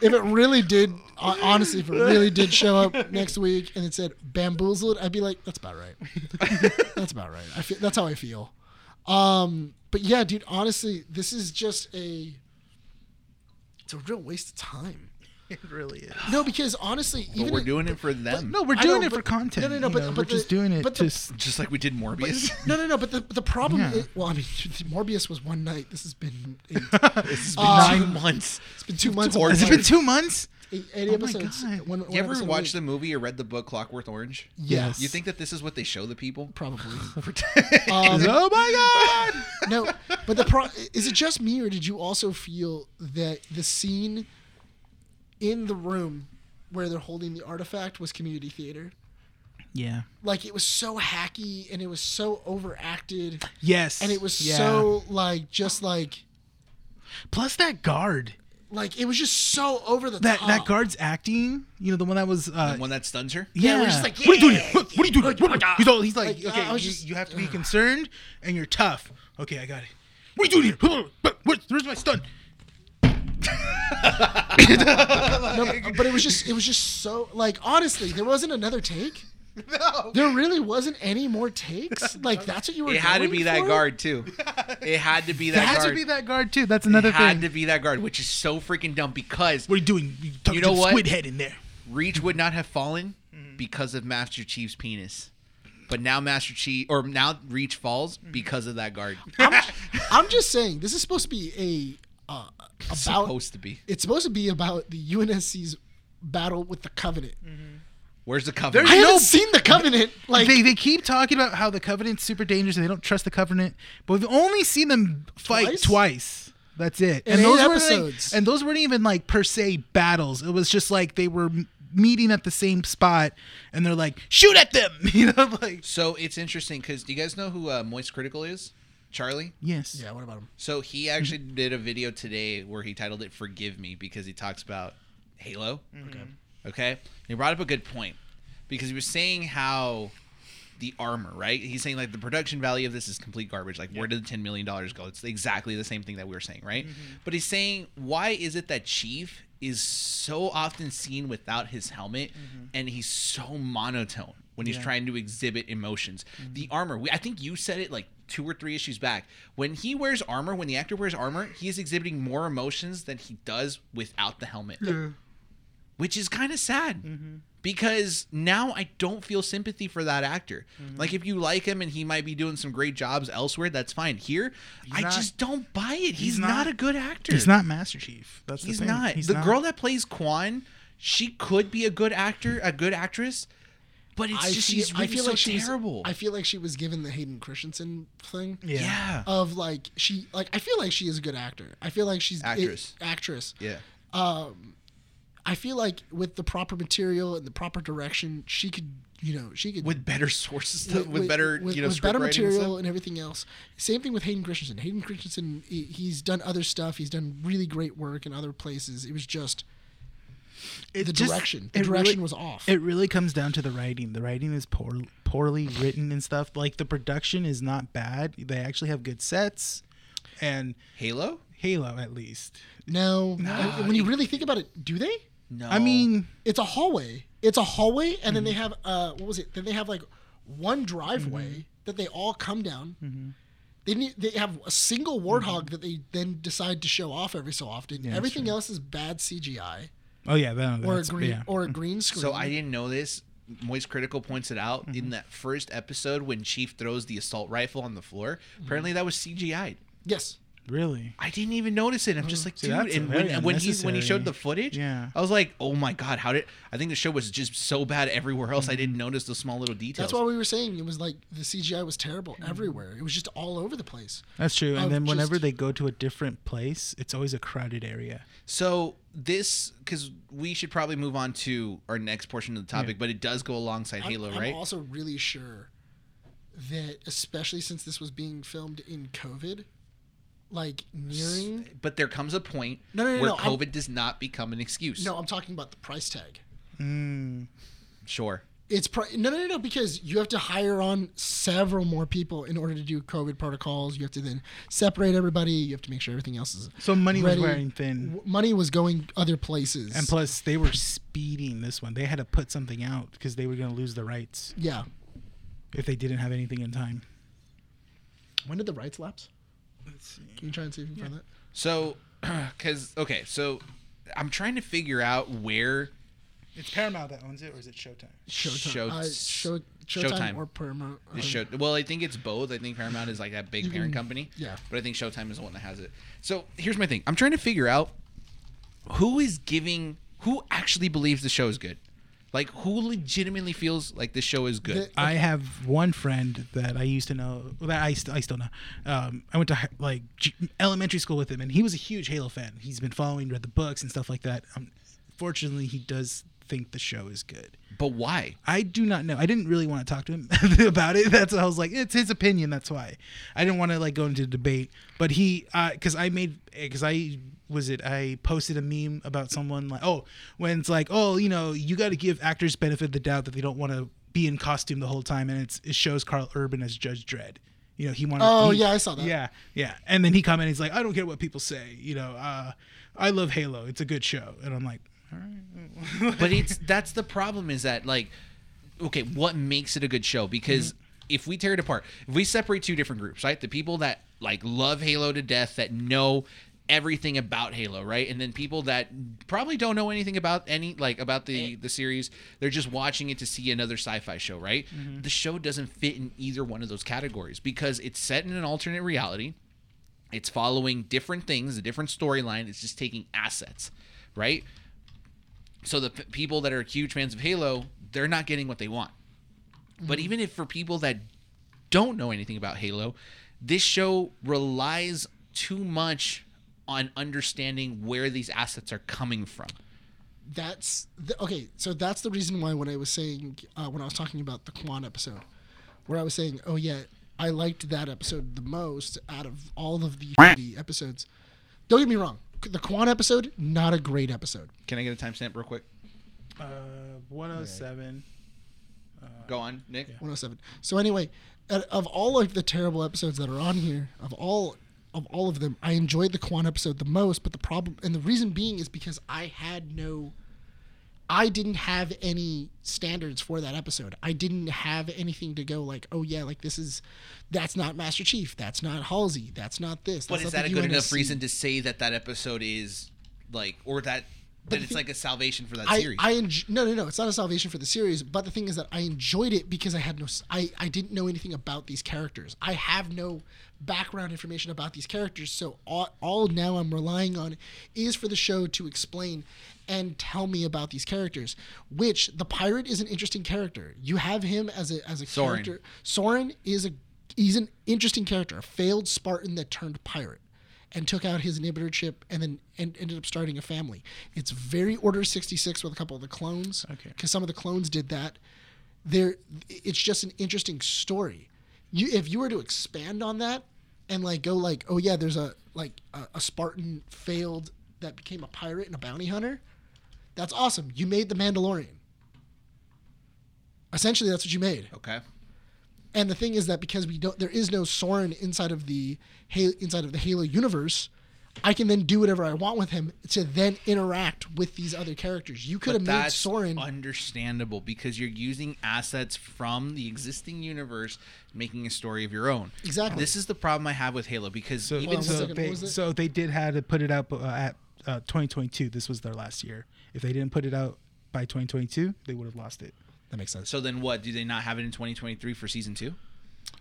if it really did, hon- honestly, if it really did show up next week and it said bamboozled, I'd be like, that's about right. that's about right. I feel, that's how I feel. Um, but yeah, dude, honestly, this is just a, it's a real waste of time.
it really is.
No, because honestly,
But
even
we're
it-
doing it for them.
No, we're
I
doing
know,
it for
but-
content.
no, no, no,
you
but-
know,
but
we're
the-
just doing it
but the-
to s-
Just like we did Morbius.
No, no, no. But the the problem.
Yeah.
Is, well, I mean, Morbius was one night. This has been eight,
it's been
Uh,
two months.
it's been two months.
Torture.
Has it
It's
been two months?
eight, eight
Oh my
episodes.
God.
One, one
You ever
episode a
watched the
week.
movie or read the book Clockwork Orange?
Yes.
You think that this is what they show the people?
Probably.
Is-
Um,
oh my god!
no, but the pro- is it just me or did you also feel that the scene in the room where they're holding the artifact was community theater?
yeah.
Like it was so hacky and it was so overacted
Yes.
and it was
Yeah.
so like just like
Plus that guard.
like it was just so over the
That
top.
that guard's acting. You know the one that was. Uh,
The one that stuns her?
yeah.
we're just like,
What are you doing?
yeah,
What, what are you doing? What are you-" he's all he's like,
Like,
okay,
I was
you,
just-
you have to be concerned and you're tough. Okay, I got it. What are you doing here? But what? Where's my stun?
No, but, but it was just it was just so like honestly, there wasn't another take.
No.
There really wasn't any more takes. Like that's what you were.
It had to
going
be that
for?
guard, too. It had to be that
That had
guard.
to be that guard too. That's another
it had
thing.
to be that guard, which is so freaking dumb because
what are you doing? You, talking
You
to
know
the
what?
Squid head in there.
Reach would not have fallen because of Master Chief's penis. But now Master Chief, or now Reach falls because of that guard.
I'm just saying this is supposed to be a uh, about.
Supposed to be.
It's supposed to be about the UNSC's battle with the Covenant.
Mm. Where's the cover?
I haven't
No.
seen the Covenant. Like
they, they keep talking about how the covenant's super dangerous and they don't trust the covenant but we've only seen them fight
Twice?
twice, that's it
In eight
were
episodes.
and those weren't even like per se battles it was just like they were m- meeting at the same spot and they're like shoot at them you know like
So it's interesting because do you guys know who uh, Moist Critical is? Charlie.
yes
yeah, what about him?
So he
Mm-hmm.
actually did a video today where he titled it "Forgive Me" because he talks about Halo. Okay. Okay. And he brought up a good point because he was saying how the armor, right? He's saying like the production value of this is complete garbage. Like, where did the ten million dollars go? It's exactly the same thing that we were saying, right? But he's saying why is it that Chief is so often seen without his helmet, and he's so monotone when he's trying to exhibit emotions. The armor, we, I think you said it like two or three issues back. When he wears armor, when the actor wears armor, he is exhibiting more emotions than he does without the helmet which is kind of sad because now I don't feel sympathy for that actor. Like if you like him and he might be doing some great jobs elsewhere, that's fine. Here, I
not-
just don't buy it. He's, not,
not-
a good actor.
he's not master chief that's
He's
the thing.
not.
he's
the
not.
girl that plays Kwan, she could be a good actor, a good actress, but it's
I
just
feel,
she's really
I feel
so
like she was-
terrible.
I feel like she was given the Hayden Christensen thing.
yeah,
yeah.
Of like she like I feel like she is a good actor. I feel like she's it-
Actress.
actress.
yeah.
I feel like with the proper material and the proper direction, she could, you know, she could
With better sources, with, with better
with-
you know,
with
script
better
writing and
material
stuff.
and, everything else. Same thing with Hayden Christensen. Hayden Christensen, he, he's done other stuff. He's done really great work in other places. It was just
It
the
just-
direction. The
it really-
direction was off.
It really comes down to the writing. The writing is poor, poorly written and stuff. Like the production is not bad. They actually have good sets, and
Halo?
Halo at least.
no, I- when you really think about it, do they?
No.
I mean,
It's a hallway. It's a hallway, and then they have uh, what was it? Then they have like one driveway that they all come down. They need. They have a single warthog that they then decide to show off every so often.
that's
Everything
right.
else is bad CGI
oh yeah, that,
or a
that's,
green
yeah.
or a green screen.
So I didn't know this. Moist Critical points it out
Mm-hmm.
in that
Mm-hmm.
first episode when Chief throws the assault rifle on the floor. Apparently that was CGI'd.
yes.
Really?
I didn't even notice it. I'm
Oh,
just like,
See,
dude.
that's
And
very
when, when he when he showed
unnecessary.
the footage,
Yeah.
I was like, oh my god, how did? I think the show was just so bad everywhere else. I didn't notice the small little details.
Mm-hmm. That's why we were saying it was like the CGI was terrible
Mm-hmm.
everywhere. It was just all over the place.
That's true.
Of
And then whenever
just-
they go to a different place, it's always a crowded area.
So this, because we should probably move on to our next portion of the topic, but it does go alongside
I'm-
Halo,
I'm,
right?
also really sure that, especially since this was being filmed in COVID, like nearing.
but there comes a point
No, no, no,
where
no, I'm-
COVID does not become an excuse.
No, I'm talking about the price tag.
Mm.
Sure.
It's pri- no, no, no, no, because you have to hire on several more people in order to do COVID protocols. You have to then separate everybody. You have to make sure everything else is
So money
ready.
was wearing
Mm.
thin.
W- Money was going other places.
And plus, they were speeding this one. They had to put something out because they were going to lose the rights
yeah.
if they didn't have anything in time.
When did the rights lapse? Can you try and see if you can find that?
So, because okay, so I'm trying to figure out where
It's Paramount that owns it, or is it Showtime?
Showtime.
Show-
uh, show, Showtime,
Showtime.
or Paramount.
the
uh,
show. Well, I think it's both. I think Paramount is like that big parent company.
yeah.
But I think Showtime is the one that has it. So here's my thing. I'm trying to figure out who is giving, who actually believes the show is good. Like who legitimately feels like this show is good.
The-
I have one friend that I used to know that I, st- I still know. Um, I went to hi- like j- elementary school with him, and he was a huge Halo fan. He's been following, read the books and stuff like that. Um, fortunately, he does think the show is good.
but why?
I do not know. I didn't really want to talk to him about it. That's why I was like, it's his opinion. That's why I didn't want to like go into debate. But he, because I made, because I was it. I posted a meme about someone like, oh, when it's like, oh, you know, you got to give actors benefit of the doubt that they don't want to be in costume the whole time, and it's, it shows Carl Urban as Judge Dredd. You know, he wanted.
Oh,
he-
yeah, I saw that.
Yeah, yeah. And then he commented, he's like, I don't care what people say. You know, uh, I love Halo. It's a good show. And I'm like, all right.
but it's that's the problem is that like okay what makes it a good show because if we tear it apart if we separate two different groups right the people that like love halo to death that know everything about halo right and then people that probably don't know anything about any like about the the series they're just watching it to see another sci-fi show right the show doesn't fit in either one of those categories because it's set in an alternate reality it's following different things a different storyline it's just taking assets right so the p- people that are huge fans of Halo, they're not getting what they want. But
Mm-hmm.
even if for people that don't know anything about Halo, this show relies too much on understanding where these assets are coming from.
that's the, okay. So that's the reason why when I was saying uh, when I was talking about the Quan episode, where I was saying, oh yeah, I liked that episode the most out of all of the shitty episodes. Don't get me wrong, the Quan episode not a great episode.
Can I get a timestamp real quick?
uh, 107.
Go on, Nick.
107. So anyway, out of all of the terrible episodes that are on here, of all of all of them, I enjoyed the Quan episode the most. But the problem, and the reason being, is because I had no, I didn't have any standards for that episode. I didn't have anything to go like, oh yeah, like this is, that's not Master Chief, that's not Halsey, that's not this.
But
that's
is
not
that a
the
good enough
UNSC.
reason to say that that episode is like, or that that it's like a salvation for that
I,
series?
I enj- no no no it's not a salvation for the series but the thing is that I enjoyed it because I had no s- I, I didn't know anything about these characters I have no background information about these characters so all, all now I'm relying on is for the show to explain and tell me about these characters which the pirate is an interesting character you have him as a as a
Sorin.
character Soren is a he's an interesting character a failed Spartan that turned pirate and took out his inhibitor chip and then and ended up starting a family. It's very Order 66 with a couple of the clones.
Okay.
Because some of the clones did that. There, it's just an interesting story. You, if you were to expand on that and like go like, oh yeah, there's a like a, a Spartan failed that became a pirate and a bounty hunter. That's awesome. You made the Mandalorian. Essentially, that's what you made.
okay.
And the thing is that because we don't, there is no Soren inside of the Halo, inside of the Halo universe. I can then do whatever I want with him to then interact with these other characters. You could have made
that's
Soren.
understandable because you're using assets from the existing universe, making a story of your own.
Exactly.
This is the problem I have with Halo because
So,
even
on one
so,
so,
second, what
they,
was it?
so they did have to put it out uh, at uh, 2022. This was their last year. If they didn't put it out by 2022, they would have lost it.
that makes sense.
so then what? Do they not have it in 2023 for season two?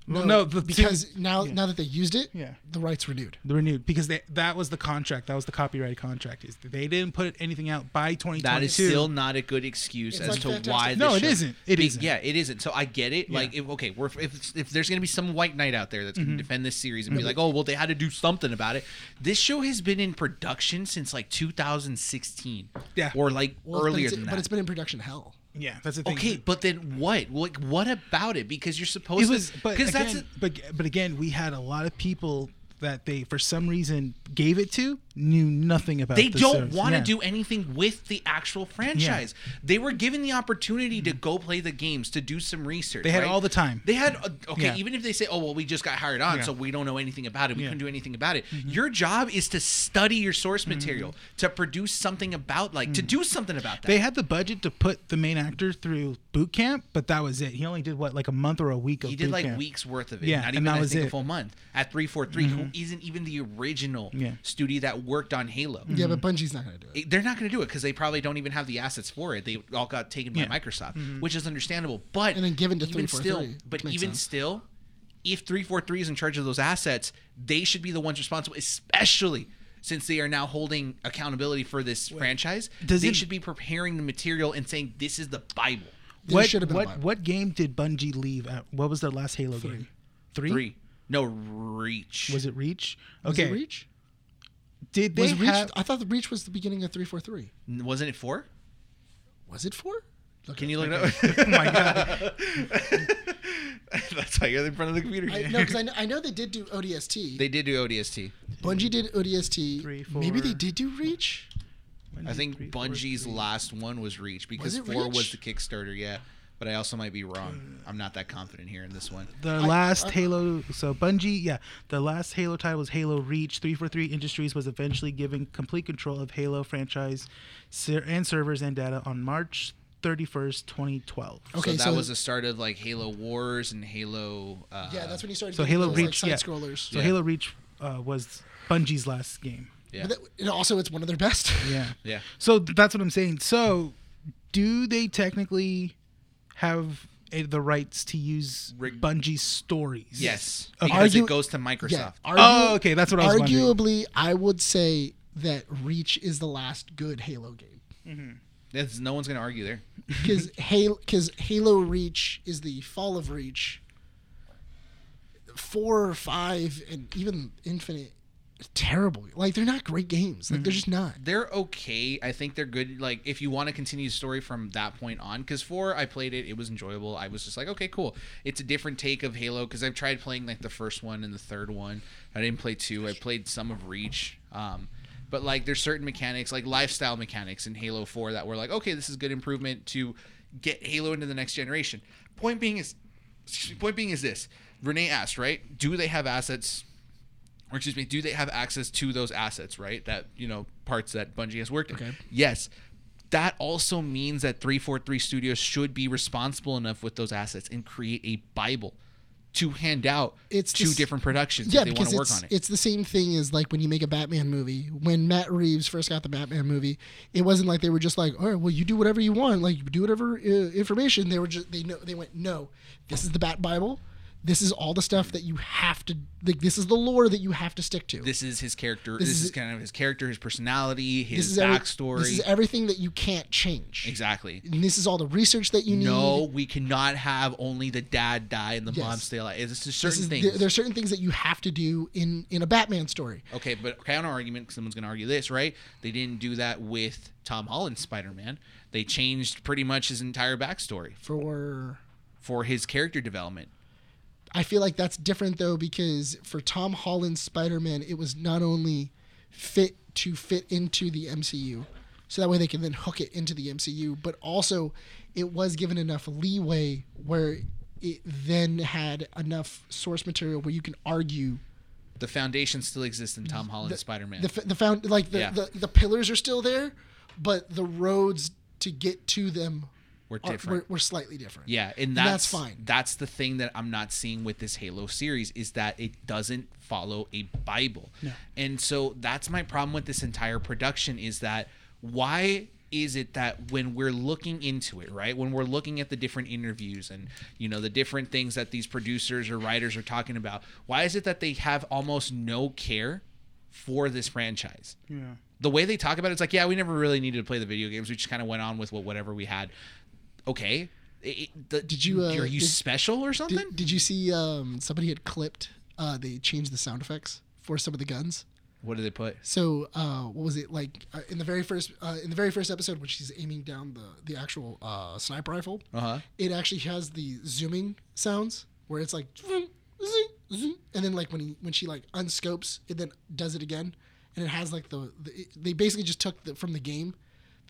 Well, no, the-
because now now that they used it,
Yeah.
the rights renewed.
The renewed because they, that was the contract. That was the copyright contract. Is they didn't put anything out by 2022.
That is still not a good excuse
It's
as
like
to
fantastic.
why. This
No, it
show-
isn't. It
Be-
isn't.
Yeah, it isn't. So I get it. Like,
Yeah. Mm-hmm.
if, okay, we're, if if there's gonna be some white knight out there that's gonna defend this series and be like, oh well, they had to do something about it. This show has been in production since like 2016.
Yeah.
or like
Well, but
earlier
it's-
than that.
but it's been in production hell.
Yeah, that's the thing.
okay, but then what? Like, what about it? Because you're supposed
it was,
to.
but
because
again,
that's a-
but but again, we had a lot of people that they for some reason gave it to knew nothing about.
they
the
don't
service.
want to
Yeah.
do anything with the actual franchise. They were given the opportunity to go play the games, to do some research.
They had
right?
all the time.
They had uh, okay.
Yeah.
Even if they say, "Oh well, we just got hired on,
Yeah.
so we don't know anything about it. We
Yeah. Mm-hmm.
couldn't do anything about it." Your job is to study your source material, to produce something about, like, to do something about that.
Mm. They had the budget to put the main actor through boot camp, but that was it. He only did what like a month or a week of
he did
boot
like
camp.
weeks worth of it.
Yeah,
not
and
even
that
I
was
think a
it.
full month at three four three, who isn't even the original
Yeah.
studio that worked on Halo.
Yeah, but
Mm.
Bungie's not gonna do it.
it- they're not going to do it because they probably don't even have the assets for it. They all got taken by
Yeah.
Microsoft, which is understandable. But
And then given to
even
343,
still, but
makes
even
sense.
still, if three four three is in charge of those assets, they should be the ones responsible, especially since they are now holding accountability for this franchise.
does
they
it-
should be preparing the material and saying this is the Bible.
There
what
should have been a
what,
Bible.
what game did Bungie leave? At, what was their last Halo game? Three.
Three, no reach.
Was it Reach?
Was
Okay.
it Reach?
Did they
Was Reach?
have?
I thought the Reach was the beginning of three four three.
N- Wasn't it four?
Was it four? Look
Can
it
you
up.
look it up?
Oh my god.
That's why you're in front of the computer.
I, no, because I, kn- I know they did do ODST.
they did do ODST.
Bungie did ODST.
Three,
Maybe
four.
they did do Reach.
I think Bungie's last one was Reach because
it
four was
Reach? Hmm.
the Kickstarter, yeah. But I also might be wrong. I'm not that confident here in this one.
The
I-
last
I-
Halo, so Bungie, yeah, the last Halo title was Halo Reach. 343 Industries was eventually given complete control of Halo franchise ser- and servers and data on March 31st, 2012.
Okay,
so that
so-
was the start of like Halo Wars and Halo. Uh,
Yeah, that's when you started.
so
getting
Halo
those, like,
Reach,
side
yeah.
scrollers.
So
Yeah.
Halo Reach uh, was Bungie's last game.
yeah,
But that, and also, it's one of their best.
Yeah.
yeah.
So th- that's what I'm saying. So do they technically have a, the rights to use
Rig-
Bungie's stories?
Yes,
Okay.
because
Argu-
it goes to Microsoft.
Uh, Yeah,
Oh, okay, that's what I was wondering.
Arguably, I would say that Reach is the last good Halo game
That's- no one's gonna argue there.
because Halo, cause Halo Reach is the fall of Reach. Four, five, and even Infinite, terrible. Like they're not great games. Like
Mm-hmm.
they're just not.
They're okay. I think they're good. Like if you want to continue the story from that point on, because four, I played it. It was enjoyable. I was just like, okay, cool. It's a different take of Halo because I've tried playing like the first one and the third one. I didn't play two. I played some of Reach. Um, but like there's certain mechanics, like lifestyle mechanics in Halo Four that were like, okay, this is good improvement to get Halo into the next generation. Point being is, point being is this. Renee asked, right? Do they have assets? or excuse me, do they have access to those assets, right? That, you know, parts that Bungie has worked in.
Okay.
Yes. That also means that 343 Studios should be responsible enough with those assets and create a Bible to hand out
It's
to
this-
different productions
yeah,
if they want
because
to work
it's,
on it.
it's the same thing as like when you make a Batman movie. When Matt Reeves first got the Batman movie, it wasn't like they were just like, "All right, well, you do whatever you want, like you do whatever uh, information." They were just they know they went, "No, this is the Bat Bible. This is all the stuff that you have to like. This is the lore that you have to stick to.
this is his character. This,
is-
is, kind of his character, his personality, his
This is every-
backstory.
this is everything that you can't change.
exactly.
And this is all the research that you need.
No, we cannot have only the dad die and the
Yes.
mom stay alive. This is
This
certain
is-
things.
there, there are certain things that you have to do in in a Batman story.
Okay, but counter argument, someone's going to argue this, right? They didn't do that with Tom Holland's Spider Man. They changed pretty much his entire backstory
For
for his character development.
I feel like that's different though because for Tom Holland's Spider-Man, it was not only fit to fit into the MCU, so that way they can then hook it into the MCU, but also it was given enough leeway where it then had enough source material where you can argue
The foundation still exists in Tom Holland's Spider Man.
the f- the found like the,
Yeah.
the the pillars are still there, but the roads to get to them
We're
are,
different.
were, were slightly different.
yeah, and that's,
that's fine.
That's the thing that I'm not seeing with this Halo series is that it doesn't follow a Bible. And so that's my problem with this entire production is that why is it that when we're looking into it, right? When we're looking at the different interviews and you know the different things that these producers or writers are talking about, why is it that they have almost no care for this franchise?
Yeah.
the way they talk about it, it's like, yeah, we never really needed to play the video games. We just kind of went on with what whatever we had. Okay. It- it- the-
Did you, uh,
are you
did-
special or something?
Did, did you see um, somebody had clipped? Uh, they changed the sound effects for some of the guns.
what did they put?
So uh, what was it like uh, in the very first uh, in the very first episode when she's aiming down the the actual uh, sniper rifle?
Uh-huh.
It actually has the zooming sounds where it's like zoom, zoom, zoom, and then like when he, when she like unscopes, it then does it again, and it has like the, the it, they basically just took the, from the game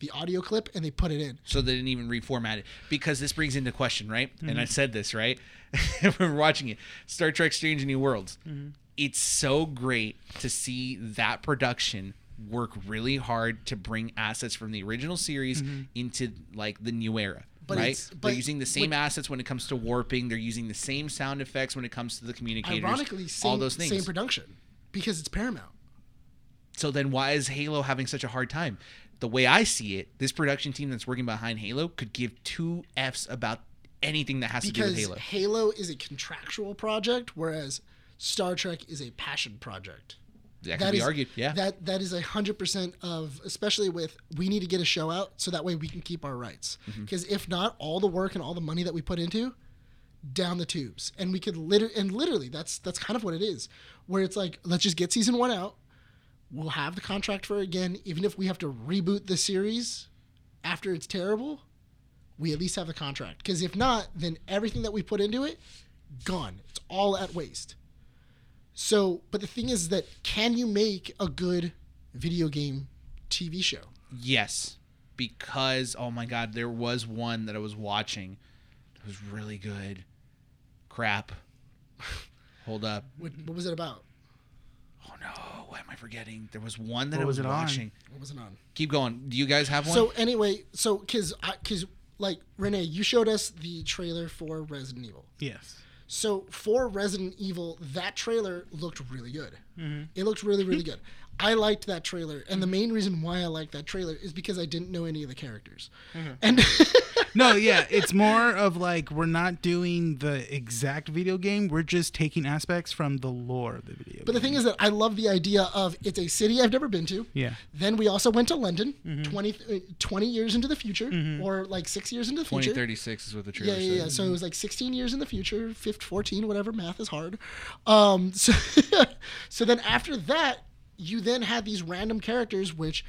the audio clip and they put it in.
So they didn't even reformat it because this brings into question, right? And
Mhm.
I said this right when we're watching it. Star Trek: Strange New Worlds.
Mm-hmm.
It's so great to see that production work really hard to bring assets from the original series into like the new era.
Mm-hmm. But
right?
it's-
They're
but-
using the same assets when it comes to warping. They're using the same sound effects when it comes to the communicators.
Ironically, same,
all those things.
same production because it's Paramount.
So then why is Halo having such a hard time? The way I see it, this production team that's working behind Halo could give two Fs about anything that has to do
because
with Halo.
Halo. is a contractual project, whereas Star Trek is a passion project.
That could
That
be
is
argued. Yeah.
That that is a hundred percent of, especially with we need to get a show out so that way we can keep our rights.
Mm-hmm.
Because if not, all the work and all the money that we put into, down the tubes, and we could liter and literally that's that's kind of what it is, where it's like let's just get season one out. We'll have the contract for it again, even if we have to reboot the series after it's terrible we at least have the contract. Because if not, then everything that we put into it, gone. It's all at waste. So, but the thing is that can you make a good video game TV show?
yes. Because oh my god, there was one that I was watching. It was really good. Crap. Hold up.
What, what was it about?
Oh no, what am I forgetting? There was one that
What
I was,
was it on?
watching.
What was it on?
Keep going. Do you guys have one?
So anyway, so because because like Renee, you showed us the trailer for Resident Evil.
Yes.
So for Resident Evil, that trailer looked really good. It looked really, really good. I liked that trailer, and the main reason why I liked that trailer is because I didn't know any of the characters, and
No, yeah, it's more of like we're not doing the exact video game. We're just taking aspects from the lore of the video.
But the thing is that I love the idea of it's a city I've never been to.
Yeah. Mm-hmm.
Then we also went to London 20, uh, 20 years into the future, or like six years into the future.
2036 is what the trailer
Yeah, yeah, yeah.
said.
So it was like 16 years in the future, 15, 14, whatever. Math is hard. Um, so, so then after that, you then had these random characters which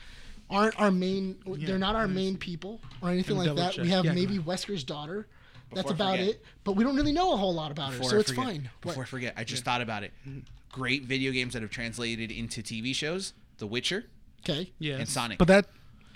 aren't our main. they're not our main people or anything
Let me
like that.
double
We
check.
have
Yeah, go
maybe Wesker's daughter. That's
Before I
about
forget.
it. But we don't really know a whole lot about her,
Before
so
I
it's
forget-
fine.
Before I
What?
forget, I just thought about it. Great video games that have translated into TV shows: The Witcher
Okay.
yeah,
and Sonic.
But that,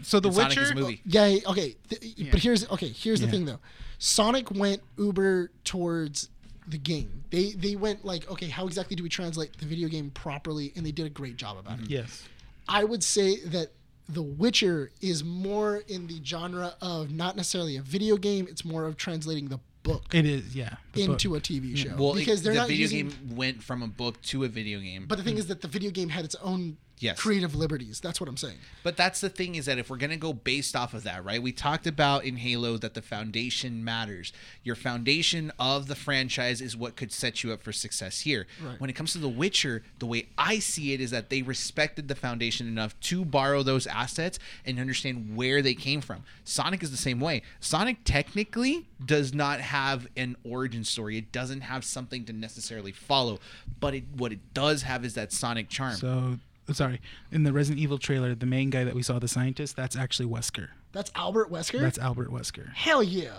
so the
And
Witcher
Sonic is a movie.
Yeah. yeah, Okay. Th- But here's okay. Here's the thing though. Sonic went uber towards the game. They they went like, okay, how exactly do we translate the video game properly? And they did a great job about it.
Yes.
Mm-hmm.
I would say that The Witcher is more in the genre of not necessarily a video game. It's more of translating the book
It is. Yeah. the book.
into a TV show
Well,
because
it,
they're
the
not
video
using.
game went from a book to a video game.
But the thing is that the video game had its own
Yes.
creative liberties. That's what I'm saying.
But that's the thing is that if we're going to go based off of that, right? We talked about in Halo that the foundation matters. Your foundation of the franchise is what could set you up for success here.
Right.
When it comes to The Witcher, the way I see it is that they respected the foundation enough to borrow those assets and understand where they came from. Sonic is the same way. Sonic technically does not have an origin story. It doesn't have something to necessarily follow, but it, what it does have is that Sonic charm.
So sorry, in the Resident Evil trailer, the main guy that we saw, the scientist, that's actually Wesker.
That's Albert Wesker.
That's Albert Wesker.
Hell yeah.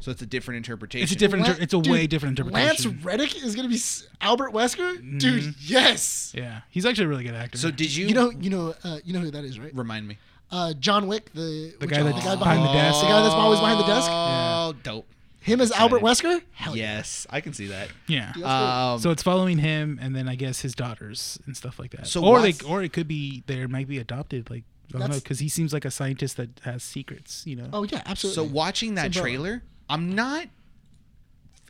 so it's a different interpretation.
It's a different.
Lan-
inter- it's a
dude,
way different
Lance
interpretation. Mm-hmm.
Reddick is gonna be S- Albert Wesker, dude. Yes.
yeah, he's actually a really good actor.
So did you,
You know, you know, uh, you know who that is, right?
remind me?
Uh, John Wick, the which-
guy
uh,
that's behind the desk.
the guy that's always behind the desk.
Oh, dope.
Him as Albert Wesker. Hell yeah.
Yes, I can see that.
yeah.
That's
Um,
so it's following him, and then I guess his daughters and stuff like that.
So
or
what's-
like, or it could be there might be adopted. Like I don't know,
That's-
because he seems like a scientist that has secrets. You know.
Oh yeah, absolutely.
so watching that
Umbrella.
trailer, I'm not.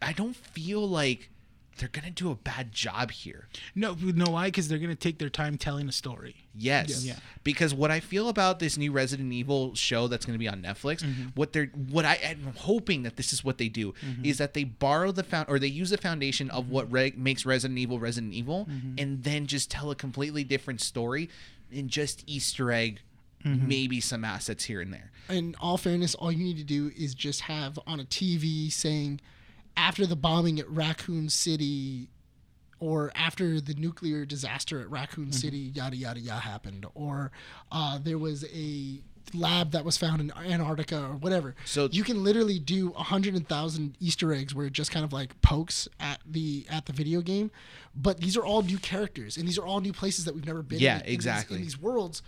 I don't feel like they're gonna do a bad job here.
No, you know why? Because they're gonna take their time telling a story.
Yes.
Yeah.
Because what I feel about this new Resident Evil show that's going to be on Netflix,
Mm-hmm.
what they're what I am hoping that this is what they do is that they borrow the found or they use the foundation of what
Mm-hmm.
re- makes Resident Evil Resident Evil and then just tell a completely different story and just Easter egg
Mm-hmm.
maybe some assets here and there.
in all fairness, all you need to do is just have on a TV saying, after the bombing at Raccoon City, or after the nuclear disaster at Raccoon
Mm-hmm.
City, yada yada yada happened, or uh, there was a lab that was found in Antarctica or whatever.
So-
you can literally do a hundred and thousand Easter eggs where it just kind of like pokes at the at the video game, but these are all new characters and these are all new places that we've never been. in-
Yeah,
in these-
exactly.
in these worlds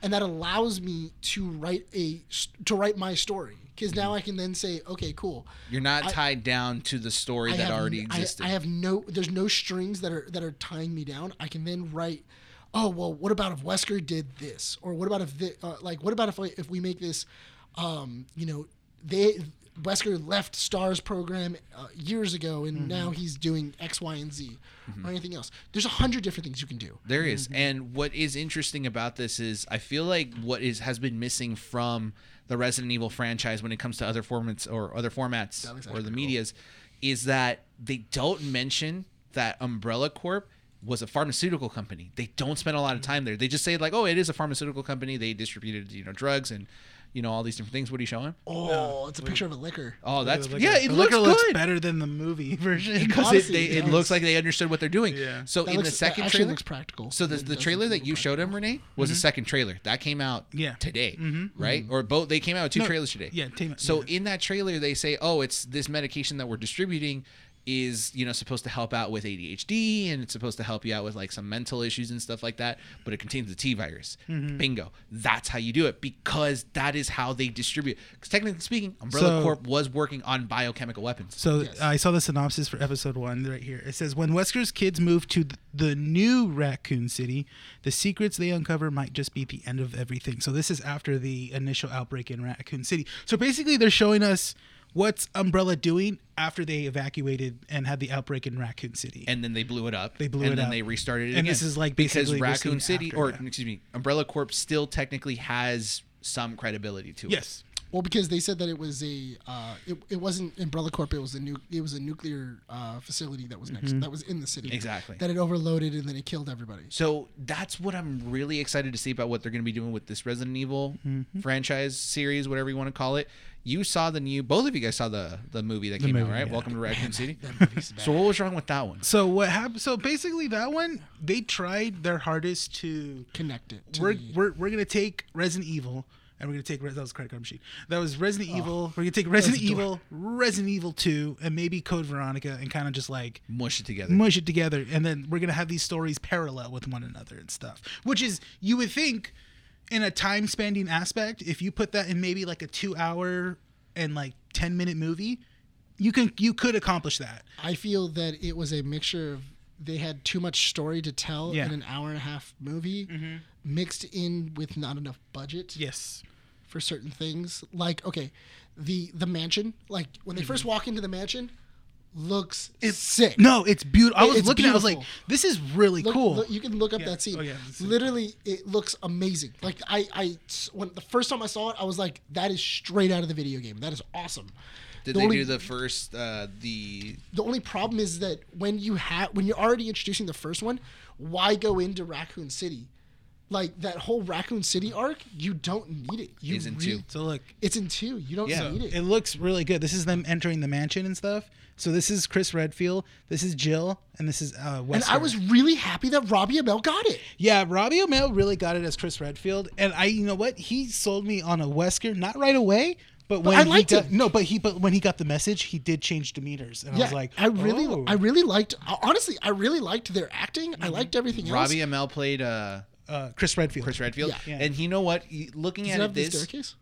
and that allows me to write a to write my story because now i can then say okay cool
You're not
I-
tied down to the story
I
that
have-
already
I-
existed.
I, have no there's no strings that are that are tying me down i can then write oh well what about if wesker did this or what about if thi- uh, like what about if, I, if we make this um you know they wesker left stars program uh, years ago and now he's doing x y and z
Mm-hmm.
or anything else there's a hundred different things you can do
There is. and what is interesting about this is I feel like what is has been missing from the Resident Evil franchise when it comes to other formats or other formats
looks
or
actually
the
cool.
media's is that they don't mention that Umbrella Corp was a pharmaceutical company. They don't spend a lot of
Mm-hmm.
time there. They just say like, "Oh, it is a pharmaceutical company. They distributed, you know, drugs and you know all these different things." What are you showing?
oh it's a picture of a liquor
Oh, that's
The liquor-
yeah. It
the
looks
liquor
good
better than the movie version.
because it,
Honestly,
they, it
yes.
looks like they understood what they're doing.
Yeah.
So
That
in
looks-
the
that
second
actually
trailer,
looks practical.
So the,
It
the
does
trailer
look
that you showed him, Renee, was the second trailer that came out
Mm-hmm. Yeah. Mm-hmm.
today, right? Or both they came out with two
No,
trailers today.
yeah, came out-
So
yeah.
in that trailer, they say, "Oh, it's this medication that we're distributing." Is you know supposed to help out with ADHD and it's supposed to help you out with like some mental issues and stuff like that, but it contains the T virus.
Mm-hmm.
Bingo! That's how you do it because that is how they distribute. Because technically speaking, Umbrella
So-
Corp was working on biochemical weapons.
So
Yes.
I saw the synopsis for episode one right here. It says when Wesker's kids move to th- the new Raccoon City, the secrets they uncover might just be the end of everything. So this is after the initial outbreak in Raccoon City. So basically, they're showing us what's Umbrella doing after they evacuated and had the outbreak in Raccoon City.
and then they blew it up.
They blew
and
it
then
up.
they restarted it
And
again.
this is, like,
because
basically we're
Raccoon
seeing
City,
after
or
that.
excuse me, Umbrella Corp still technically has some credibility to it.
yes.
Well, because they said that it was a uh, it, it wasn't Umbrella Corp. It was a nu- it was a nuclear uh, facility that was next that was in the city
Mm-hmm. Exactly.
that it overloaded and then it killed everybody.
So that's what I'm really excited to see about what they're going to be doing with this Resident Evil
Mm-hmm.
franchise series, whatever you want to call it. You saw the new, both of you guys saw the the movie that came out,
movie,
right?
yeah.
Welcome to Raccoon City.
That movie's bad.
So what was wrong with that one?
So what happened? So basically, that one they tried their hardest to
Connect it. To
we're,
the-
we're, we're gonna take Resident Evil and we're gonna take Res- that was a credit card machine. That was Resident Evil. We're gonna take Resident
Oh, was a
Evil, Resident Evil Two, and maybe Code Veronica, and kind of just like
Mush it together.
mush it together, and then we're gonna have these stories parallel with one another and stuff. Which is you would think, in a time spending aspect, if you put that in maybe like a two hour and like ten minute movie, you can you could accomplish that.
I feel that it was a mixture of they had too much story to tell
Yeah.
in an hour and a half movie,
Mm-hmm.
mixed in with not enough budget.
Yes.
for certain things. Like okay, the the mansion. Like when
Mm-hmm.
they first walk into the mansion, looks sick.
No, it's beautiful. I
It-
was
it's
looking at. it, I was like,
beautiful.
this is really
Look-
cool.
look- you can look up
Yeah.
that scene.
Oh, yeah, it's-
Literally, it looks amazing. Like I, I, when the first time I saw it, I was like, "That is straight out of the video game. That is awesome."
Did
the
they
only-
do the first uh the
The only problem is that when you have, when you're already introducing the first one, why go into Raccoon City? Like that whole Raccoon City arc, you don't need it. You
Is in
re-
two.
so look,
It's in two. You don't
Yeah.
need it.
It looks really good. This is them entering the mansion and stuff. So this is Chris Redfield. This is Jill, and this is uh, Wesker.
and I was really happy that Robbie Amell got it.
yeah. Robbie O'Mell really got it as Chris Redfield, and I, you know what? He sold me on a Wesker, not right away, but when
I
he
liked
got,
it.
No, but he, but when he got the message, he did change demeanors, and I was like,
I really,
oh. Mm-hmm.
I really liked. Honestly, I really liked their acting. I liked everything else.
Robbie Amell played uh
uh, Chris Redfield.
Chris Redfield?
Yeah.
And you know what? You- Looking
Does it
at
have
it
the
this,
staircase?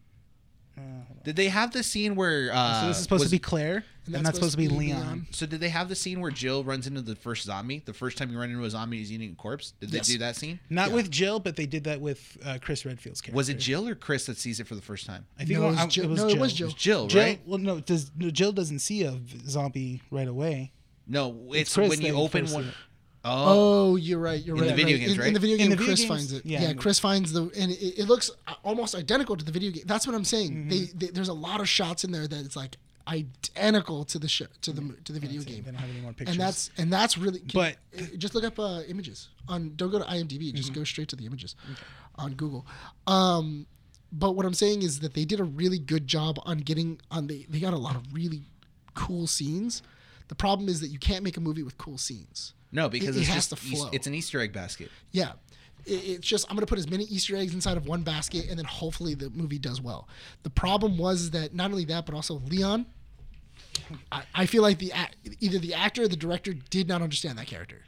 did they have the scene where uh
so this is supposed
was-
to be Claire, and that's, supposed, to be Leon.
So did they have the scene where Jill runs into the first zombie? The first time you run into a zombie, he's eating a corpse. Did they
Yes.
do that scene?
Not with Jill, but they did that with uh, Chris Redfield's character.
Was it Jill or Chris that sees it for the first time?
I think
No, it was
I-
Jill. No, it was Jill.
Jill,
Jill,
right?
well, no, does no, Jill doesn't see a v- zombie right away.
No, it's,
Chris
when
that
you open
first
one
did it.
Oh,
Oh, you're right. You're
In the
right.
video
right.
games,
in,
right?
in the video
In
game,
the video
Chris
games,
finds it.
yeah.
Yeah, Chris finds the, and it, it looks uh, almost identical to the video game. That's what I'm saying.
Mm-hmm.
They, they, there's a lot of shots in there that it's like identical to the show, to the mo- to the video
They
game.
don't have any more pictures.
And that's and that's really. can-
But-
uh, just look up uh, images on. Don't go to IMDb. Just
Mm-hmm.
go straight to the images on Google. Um, but what I'm saying is that they did a really good job on getting on. They they got a lot of really cool scenes. The problem is that you can't make a movie with cool scenes.
no, because
it
it's
has
just
to
eas-
flow.
it's an Easter egg basket.
Yeah. It- It's just I'm gonna put as many Easter eggs inside of one basket, and then hopefully the movie does well. The problem was that not only that, but also Leon. I, I feel like the ac- either the actor or the director did not understand that character.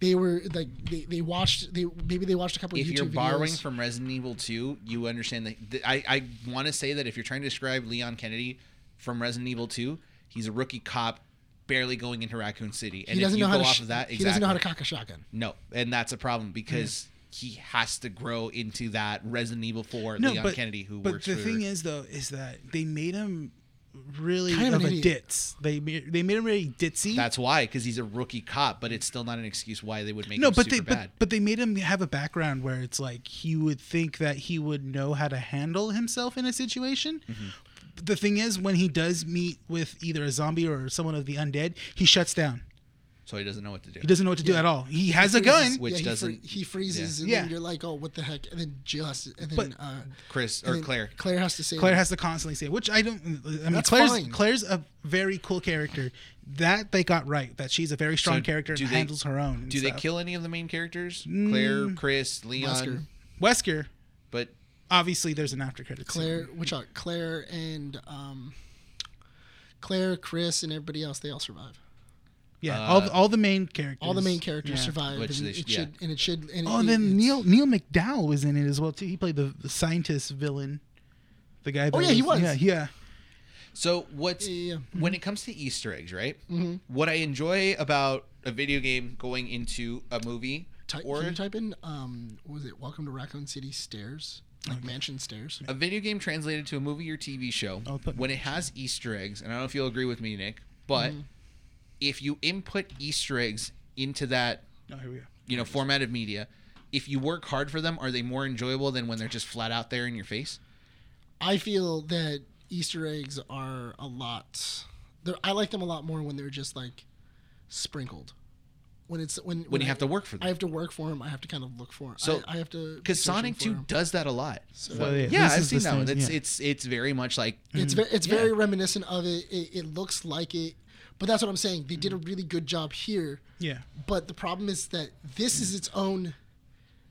They were like they, they watched they maybe they watched a couple
Mm-hmm. If
of YouTube
you're borrowing
videos.
from Resident Evil 2, you understand that. th- I I want to say that if you're trying to describe Leon Kennedy from Resident Evil 2, he's a rookie cop barely going into Raccoon City, and
he
if
doesn't
you
know
go
how to
off
sh-
of that, exactly,
he doesn't know how to cock a shotgun.
No, and that's a
Mm.
problem because he has to grow into that Resident Evil 4 Leon Kennedy who
but
works
the
for
thing is though is that they made him really
Kind of
of
an
a
idiot.
ditz. They ma- they made him really ditzy.
that's why because he's a rookie cop, but it's still not an excuse why they would make
no,
him
but
super
they
bad.
but, but they made him have a background where it's like he would think that he would know how to handle himself in a situation.
Mm-hmm.
The thing is, when he does meet with either a zombie or someone of the undead, he shuts down.
so he doesn't know what to do.
He doesn't know what to do at all. He has a
Freezes-
gun.
Which
yeah, he fr-
doesn't-
he freezes and
Yeah.
then you're like oh what the heck and then just and then
But-
uh,
Chris
and
or
then
Claire.
Claire has to say
Claire has to constantly say, it, which I don't. I mean,
That's
Claire's
fine.
Claire's a very cool character. That they got right. That she's a very strong
So
character
do
and
they-
handles her own. and
Do they
stuff.
kill any of the main characters?
Mm.
Claire, Chris, Leon,
Oscar.
Wesker?
but
Obviously, there's an after credit.
Claire, which are Claire and um, Claire, Chris, and everybody else. They all survive.
Yeah,
Uh,
all the, all the main characters.
All the main characters
Yeah.
survive,
Which
and
they
it
should-
should,
yeah.
and it should. And
Oh,
it-
and then
it's-
Neil Neil McDowell was in it as well too. He played the, the scientist villain, the guy. That
Oh, yeah, he was.
Yeah, yeah.
so what's
Eh.
Yeah, yeah,
when it comes to Easter eggs, right? What I enjoy about a video game going into a movie
Ty-
or
can you type in um, what was it? Welcome to Raccoon City stairs, like mansion stairs.
a video game translated to a movie or TV show,
I'll Oh, put-
when it has Easter eggs, and I don't know if you'll agree with me, Nick, but if you input Easter eggs into that,
Oh, here we go.
you know, format of media, if you work hard for them, are they more enjoyable than when they're just flat out there in your face?
I feel that Easter eggs are a lot. They're, I like them a lot more when they're just like sprinkled. When it's when
When you have to work for
I
them.
have to work for them. I have to kind of look for them.
So-
I, I have to be
Because Sonic
searching for
Two
'em.
does that a lot.
So, uh, yeah,
Yeah,
this
I've
is
seen
the
that one.
same-
It's
yeah.
it's it's very much like
It's very, it's
Yeah.
very reminiscent of it. it. It looks like it, but that's what I'm saying. They did a really good job here.
yeah.
But the problem is that this is its own.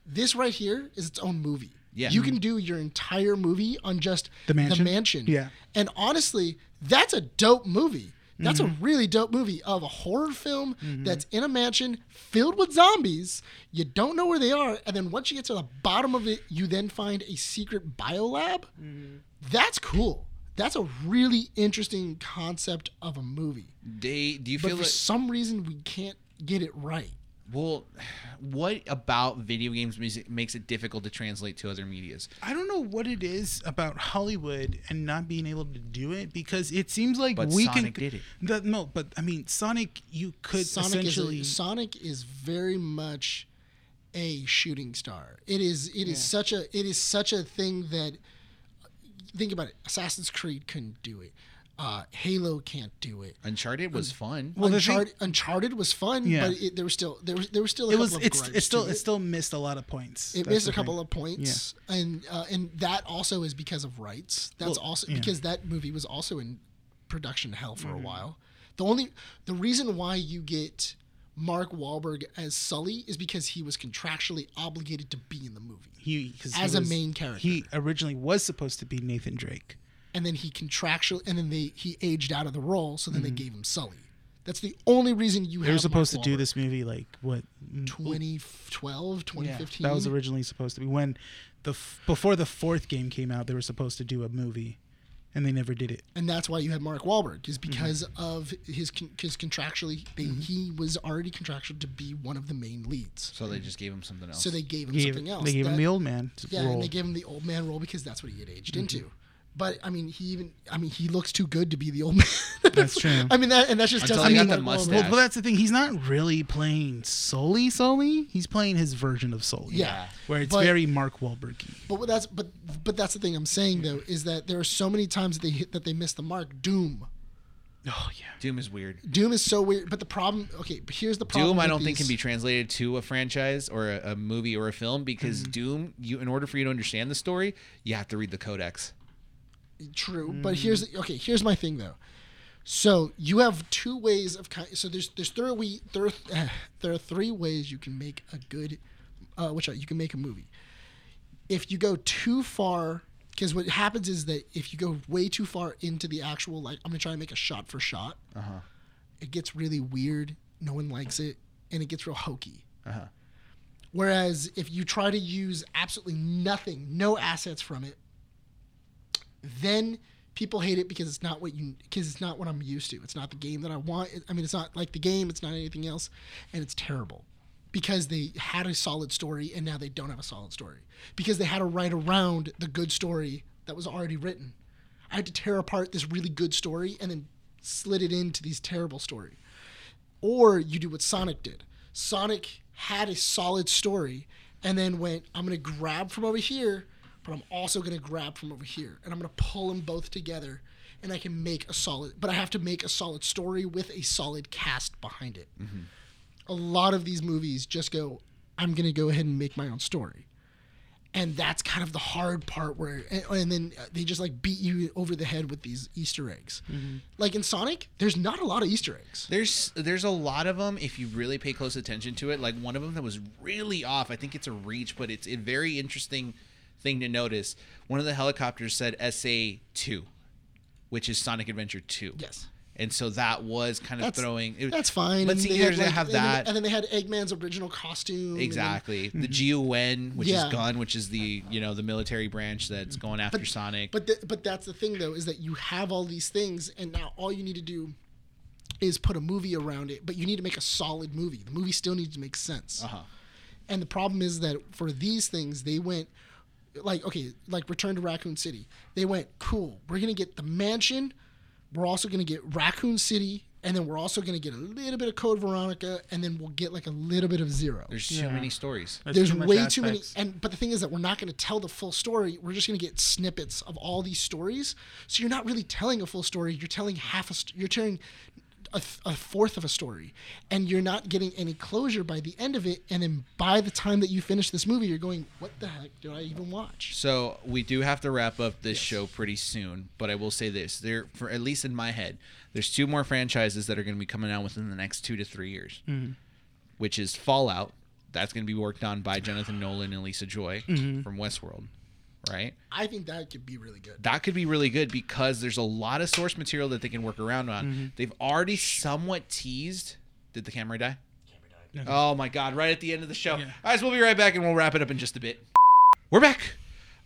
This right here is its own movie.
Yeah.
You can do your entire movie on just
The Mansion?
mansion.
Yeah.
And honestly, that's a dope movie. That's
Mm-hmm.
a really dope movie of a horror film that's in a mansion filled with zombies. You don't know where they are, and then once you get to the bottom of it, you then find a secret biolab.
Mm-hmm.
That's cool. That's a really interesting concept of a movie.
they. Do you
But
feel
for
like
some reason, we can't get it right.
well? What about video games music makes it difficult to translate to other media's?
I don't know what it is about Hollywood and not being able to do it because it seems like
But
we
Sonic
can.
did it.
That, no, but I mean, Sonic, you could
Sonic is,
essentially.
a, Sonic is very much a shooting star. It is it is such a it is such a thing that think about it. Assassin's Creed couldn't do it. Uh, Halo can't do it.
Uncharted was fun.
Um, Well, the thing-
Uncharted, Uncharted was fun,
Yeah.
but it, there was still there was there was still a
it
couple
was.
of
It's.
gripes
It's still.
to
It still missed a lot of points.
It
That's
missed
the
a couple
thing.
of points, and uh, and that also is because of rights. That's also
yeah. Mm-hmm.
because that movie was also in production hell for a while. The only the reason why you get Mark Wahlberg as Sully is because he was contractually obligated to be in the movie,
He 'cause he
As a
was-
main character.
He originally was supposed to be Nathan Drake.
and then he contractually and then they he aged out of the role, so then they gave him Sully. That's the only reason you
Mm-hmm. They were
have Mark
supposed to do
Wahlberg.
this movie like what? mm,
2012, 2015.
that was originally supposed to be when the f- before the fourth game came out. They were supposed to do a movie, and they never did it.
and that's why you had Mark Wahlberg
Mm-hmm.
is because of his con- his contractually they, he was already contractual to be one of the main leads.
So they just gave him something else.
So they gave him
They gave,
something else.
they gave him
That-
the old man
yeah,
role. Mm-hmm.
and they gave him the old man role because that's what he had aged into. But I mean, he even I mean, he looks too good to be the old man.
That's true.
I mean, that and that's just
Until
Dustin.
he got that
being like, well,
mustache.
Well, well, that's the thing. He's not really playing Sully Sully. He's playing his version of Sully.
Yeah.
Where it's
But-
very Mark Wahlberg
But what that's but but that's the thing I'm saying though is that there are so many times that they hit that they miss the mark. Doom,
Oh, yeah.
Doom is weird.
Doom is so weird. But the problem, okay, but here's the problem.
Doom, I
with
don't think can
these-
be translated to a franchise or a, a movie or a film
Mm-hmm.
because Doom, you in order for you to understand the story, you have to read the codex.
True, but here's okay. Here's my thing though. So you have two ways of kind. So there's there's three we there are- there are three ways you can make a good, uh, which are, you can make a movie. If you go too far, because what happens is that if you go way too far into the actual like I'm gonna try to make a shot for shot, it gets really weird. No one likes it, and it gets real hokey. Whereas if you try to use absolutely nothing, no assets from it, then people hate it because it's not what you because it's not what I'm used to. It's not the game that I want. I mean, it's not like the game. It's not anything else, and it's terrible because they had a solid story and now they don't have a solid story because they had to write around the good story that was already written. I had to tear apart this really good story and then slid it into these terrible story. Or you do what Sonic did. Sonic had a solid story and then went, I'm going to grab from over here, but I'm also going to grab from over here. And I'm going to pull them both together and I can make a solid, but I have to make a solid story with a solid cast behind it. A lot of these movies just go, I'm going to go ahead and make my own story and that's kind of the hard part where and, and then they just like beat you over the head with these easter eggs like in sonic there's not a lot of easter eggs
There's there's a lot of them if you really pay close attention to it. Like one of them that was really off. I think it's a reach, but it's a very interesting thing to notice. One of the helicopters said SA two, which is Sonic Adventure two.
Yes.
And so that was kind of
that's
throwing. it-
that's fine
Let's
and
see.
they
Here's
had, like-
have
and then-
that.
and then, they had eggman's original costume and-
Exactly. The GUN, which
Mm-hmm. Yeah. Mm-hmm.
is gun, which is the you know the military branch that's going after Sonic.
but th- but that's the thing though is that you have all these things and now all you need to do is put a movie around it but you need to make a solid movie the movie still needs to make sense
uh-huh.
And the problem is that for these things, they went like okay, like Return to Raccoon City. They went cool. We're gonna get the mansion. We're also gonna get Raccoon City, and then we're also gonna get a little bit of Code Veronica, and then we'll get like a little bit of Zero.
There's
Yeah.
too many stories.
There's, way too many. And but the thing is that we're not gonna tell the full story. We're just gonna get snippets of all these stories. So you're not really telling a full story. You're telling half a. St- you're telling. A, th- a fourth of a story, and you're not getting any closure by the end of it. And then by the time that you finish this movie, you're going, "What the heck did I even watch?"
So we do have to wrap up this show pretty soon, but I will say this: there, for at least in my head, there's two more franchises that are going to be coming out within the next two to three years,
Mm-hmm.
which is Fallout. That's going to be worked on by Jonathan Nolan and Lisa Joy
Mm-hmm.
from Westworld, right?
I think that could be really good.
that could be really good because there's a lot of source material that they can work around on. They've already somewhat teased. Did the camera die?
died.
Oh my god! Right at the end of the show.
Yeah.
All right, so we'll be right back and we'll wrap it up in just a bit. We're back.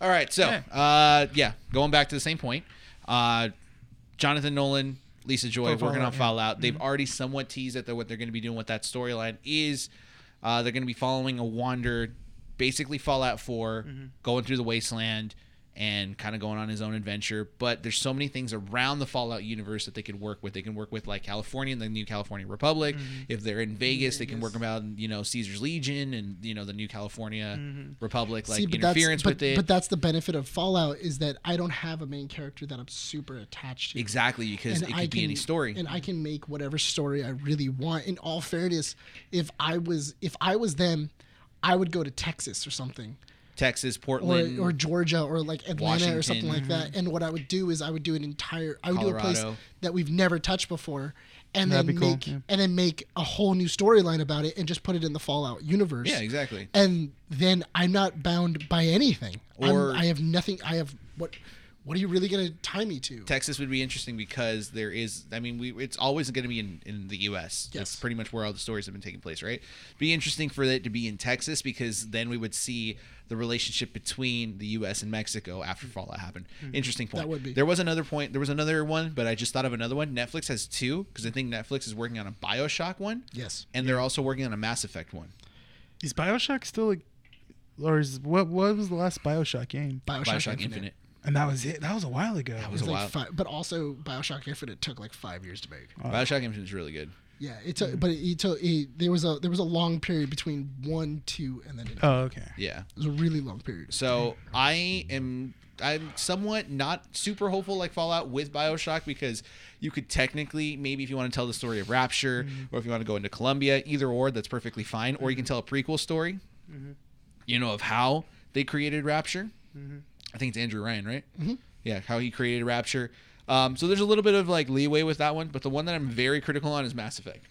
All right, so
Yeah.
uh, yeah, going back to the same point. Uh, Jonathan Nolan, Lisa Joy
For
working on
Fallout, yeah.
Fallout. They've already somewhat teased at the, what they're going to be doing with that storyline is uh, they're going to be following a wander, basically Fallout 4, going through the wasteland and kind of going on his own adventure. But there's so many things around the Fallout universe that they can work with. They can work with like California and the New California Republic. If they're in Mm-hmm. Vegas, they can work about you know Caesar's Legion and you know the New California Republic, like interference
that's,
with
but,
it.
But that's the benefit of Fallout is that I don't have a main character that I'm super attached to.
Exactly, because it could be any story.
and I can make whatever story I really want. In all fairness, if I was if I was them, I would go to Texas or something,
Texas,
or
Portland,
or Georgia or like Atlanta or something like
Washington.
that.
Mm-hmm.
And what I would do is I would do an entire I would do a place
Colorado.
that we've never touched before, and
That'd
then
be cool,
make
yeah.
and then make a whole new storyline about it and just put it in the Fallout universe.
yeah, exactly.
And then I'm not bound by anything. I'm-
Or-
I have nothing. I have what. What are you really gonna tie me to?
Texas would be interesting because there is, I mean, we it's always going to be in, in the U.S. That's
Yes.
pretty much where all the stories have been taking place, right? Be interesting for it to be in Texas because then we would see the relationship between the U.S. and Mexico after Fallout happened. Interesting point.
Mm-hmm. That would be.
There was another point. There was another one, but I just thought of another one. Netflix has two because I think Netflix is working on a Bioshock one.
Yes.
And they're also working on a Mass Effect one.
Is Bioshock still. a- Or is what, what was the last Bioshock game?
Bioshock,
Bioshock Infinite.
Infinite.
and that was it. That was a while ago.
That
It was
was a
like
while.
five, but also Bioshock Infinite took like five years to make.
Bioshock Infinite is really good.
Yeah, it took, but it, it took. It, there was a there was a long period between one, two, and then it,
oh, okay.
Yeah.
it was a really long period.
So I am I'm somewhat not super hopeful like Fallout with Bioshock because you could technically maybe if you want to tell the story of Rapture or if you want to go into Columbia, either or that's perfectly fine. Or you can tell a prequel story, you know, of how they created Rapture. I think it's Andrew Ryan, right? Yeah, how he created Rapture. Um, so there's a little bit of like leeway with that one, but the one that I'm very critical on is Mass Effect.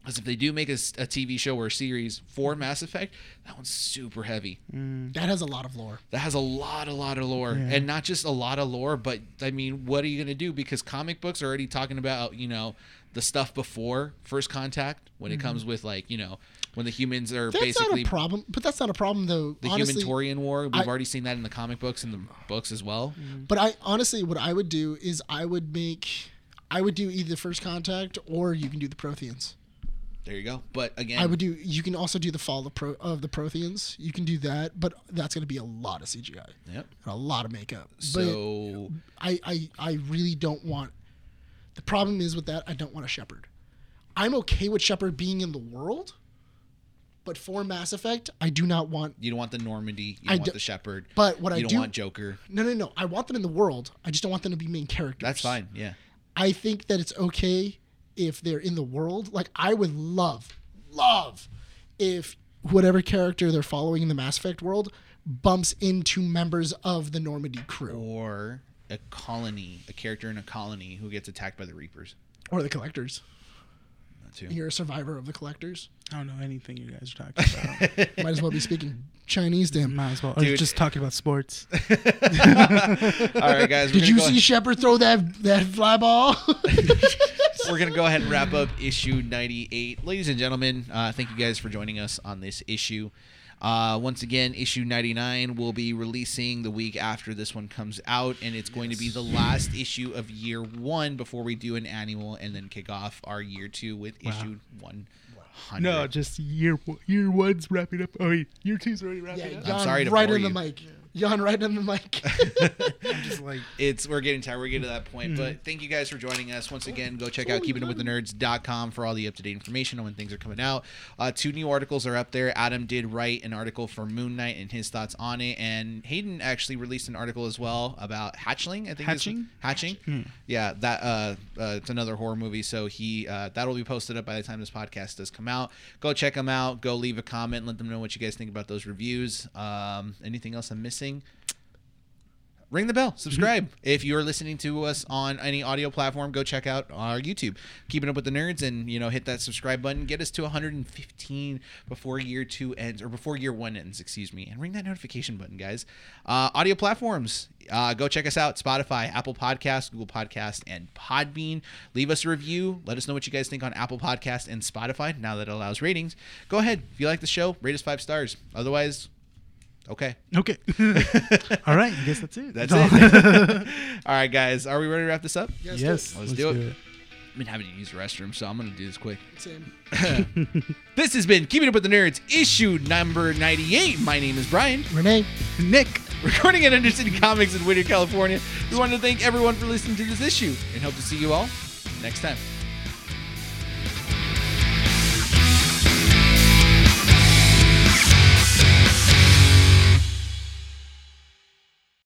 Because if they do make a, s- a TV show or a series for Mass Effect, that one's super heavy Mm.
That has a lot of lore.
that has a lot a lot of lore
Yeah.
and not just a lot of lore but i mean what are you going to do because comic books are already talking about you know the stuff before first contact when it comes with like you know when the humans are
Mm-hmm. That's
basically
not a problem, but that's not a problem though.
the
honestly,
human Torian war we've
I- Mm-hmm.
already seen that in the comic books and the books as well
But I honestly, what I would do is I would make, I would do either First Contact or you can do the Protheans.
there you go but again
I would do. You can also do the Fall of, Pro, of the Protheans. You can do that, but that's going to be a lot of CGI and
yep
a lot of makeup. but
so
I, I, I really don't want. The problem is with that, I don't want a Shepherd. I'm okay with Shepherd being in the world, but for Mass Effect, I do not want.
you don't want the normandy you
I
don't want
do-
the shepherd
But what
you
I
don't
do-
want joker
No, no, no. I want them in the world. I just don't want them to be main characters.
that's fine yeah
I think that it's okay if they're in the world. Like I would love, love if whatever character they're following in the Mass Effect world bumps into members of the Normandy crew
or a colony a character in a colony who gets attacked by the reapers
or the collectors.
That too.
You're a survivor of the collectors.
I don't know anything you guys are talking about.
Might as well be speaking Chinese to him.
Might as well. Or
Dude.
just talking about sports.
all right guys we're
Did
gonna
you
go ahead-
see Shepard throw that that fly ball?
we're gonna go ahead and wrap up issue 98 ladies and gentlemen uh, thank you guys for joining us on this issue uh, once again issue 99 will be releasing the week after this one comes out and it's going to be the last issue of year one before we do an annual and then kick off our year two with issue 100
No, just year one- year one's wrapping up. Oh, wait, year two's already
yeah,
wrapping up.
yawn
sorry to
right
bore
in the
you.
mic. Yawn right in the mic.
Just like
it's we're getting tired. We're getting to that point. But thank you guys for joining us once again. Go check out keeping it with the nerds.com for all the up to date information on when things are coming out. Uh, two new articles are up there. Adam did write an article for Moon Knight and his thoughts on it, and Hayden actually released an article as well about Hatchling. I think is-
Hatching?
Hatching. Yeah, that uh, uh, it's another horror movie. So he uh, that'll be posted up by the time this podcast does come out. Go check them out. Go leave a comment. Let them know what you guys think about those reviews. Um, anything else I'm missing? ring the
Mm-hmm.
bell subscribe if you're listening to us on any audio platform go check out our youtube keeping up with the nerds and you know hit that subscribe button get us to 115 before year two ends or before year one ends excuse me and ring that notification button guys uh, audio platforms uh, go check us out spotify apple podcast google podcast and podbean leave us a review let us know what you guys think on apple podcast and spotify now that it allows ratings go ahead if you like the show rate us five stars otherwise okay
okay. All right, I guess that's it.
that's it. All right, guys. Are we ready to wrap this up?
Yes,
yes,
Let's do it. I've been having to use the restroom, so I'm going to do this quick.
Same.
This has been Keeping Up with the Nerds, issue number 98. My name is Brian,
Renee.
Nick.
recording at Undercity Comics in Whittier, California. We wanted to thank everyone for listening to this issue and hope to see you all next time.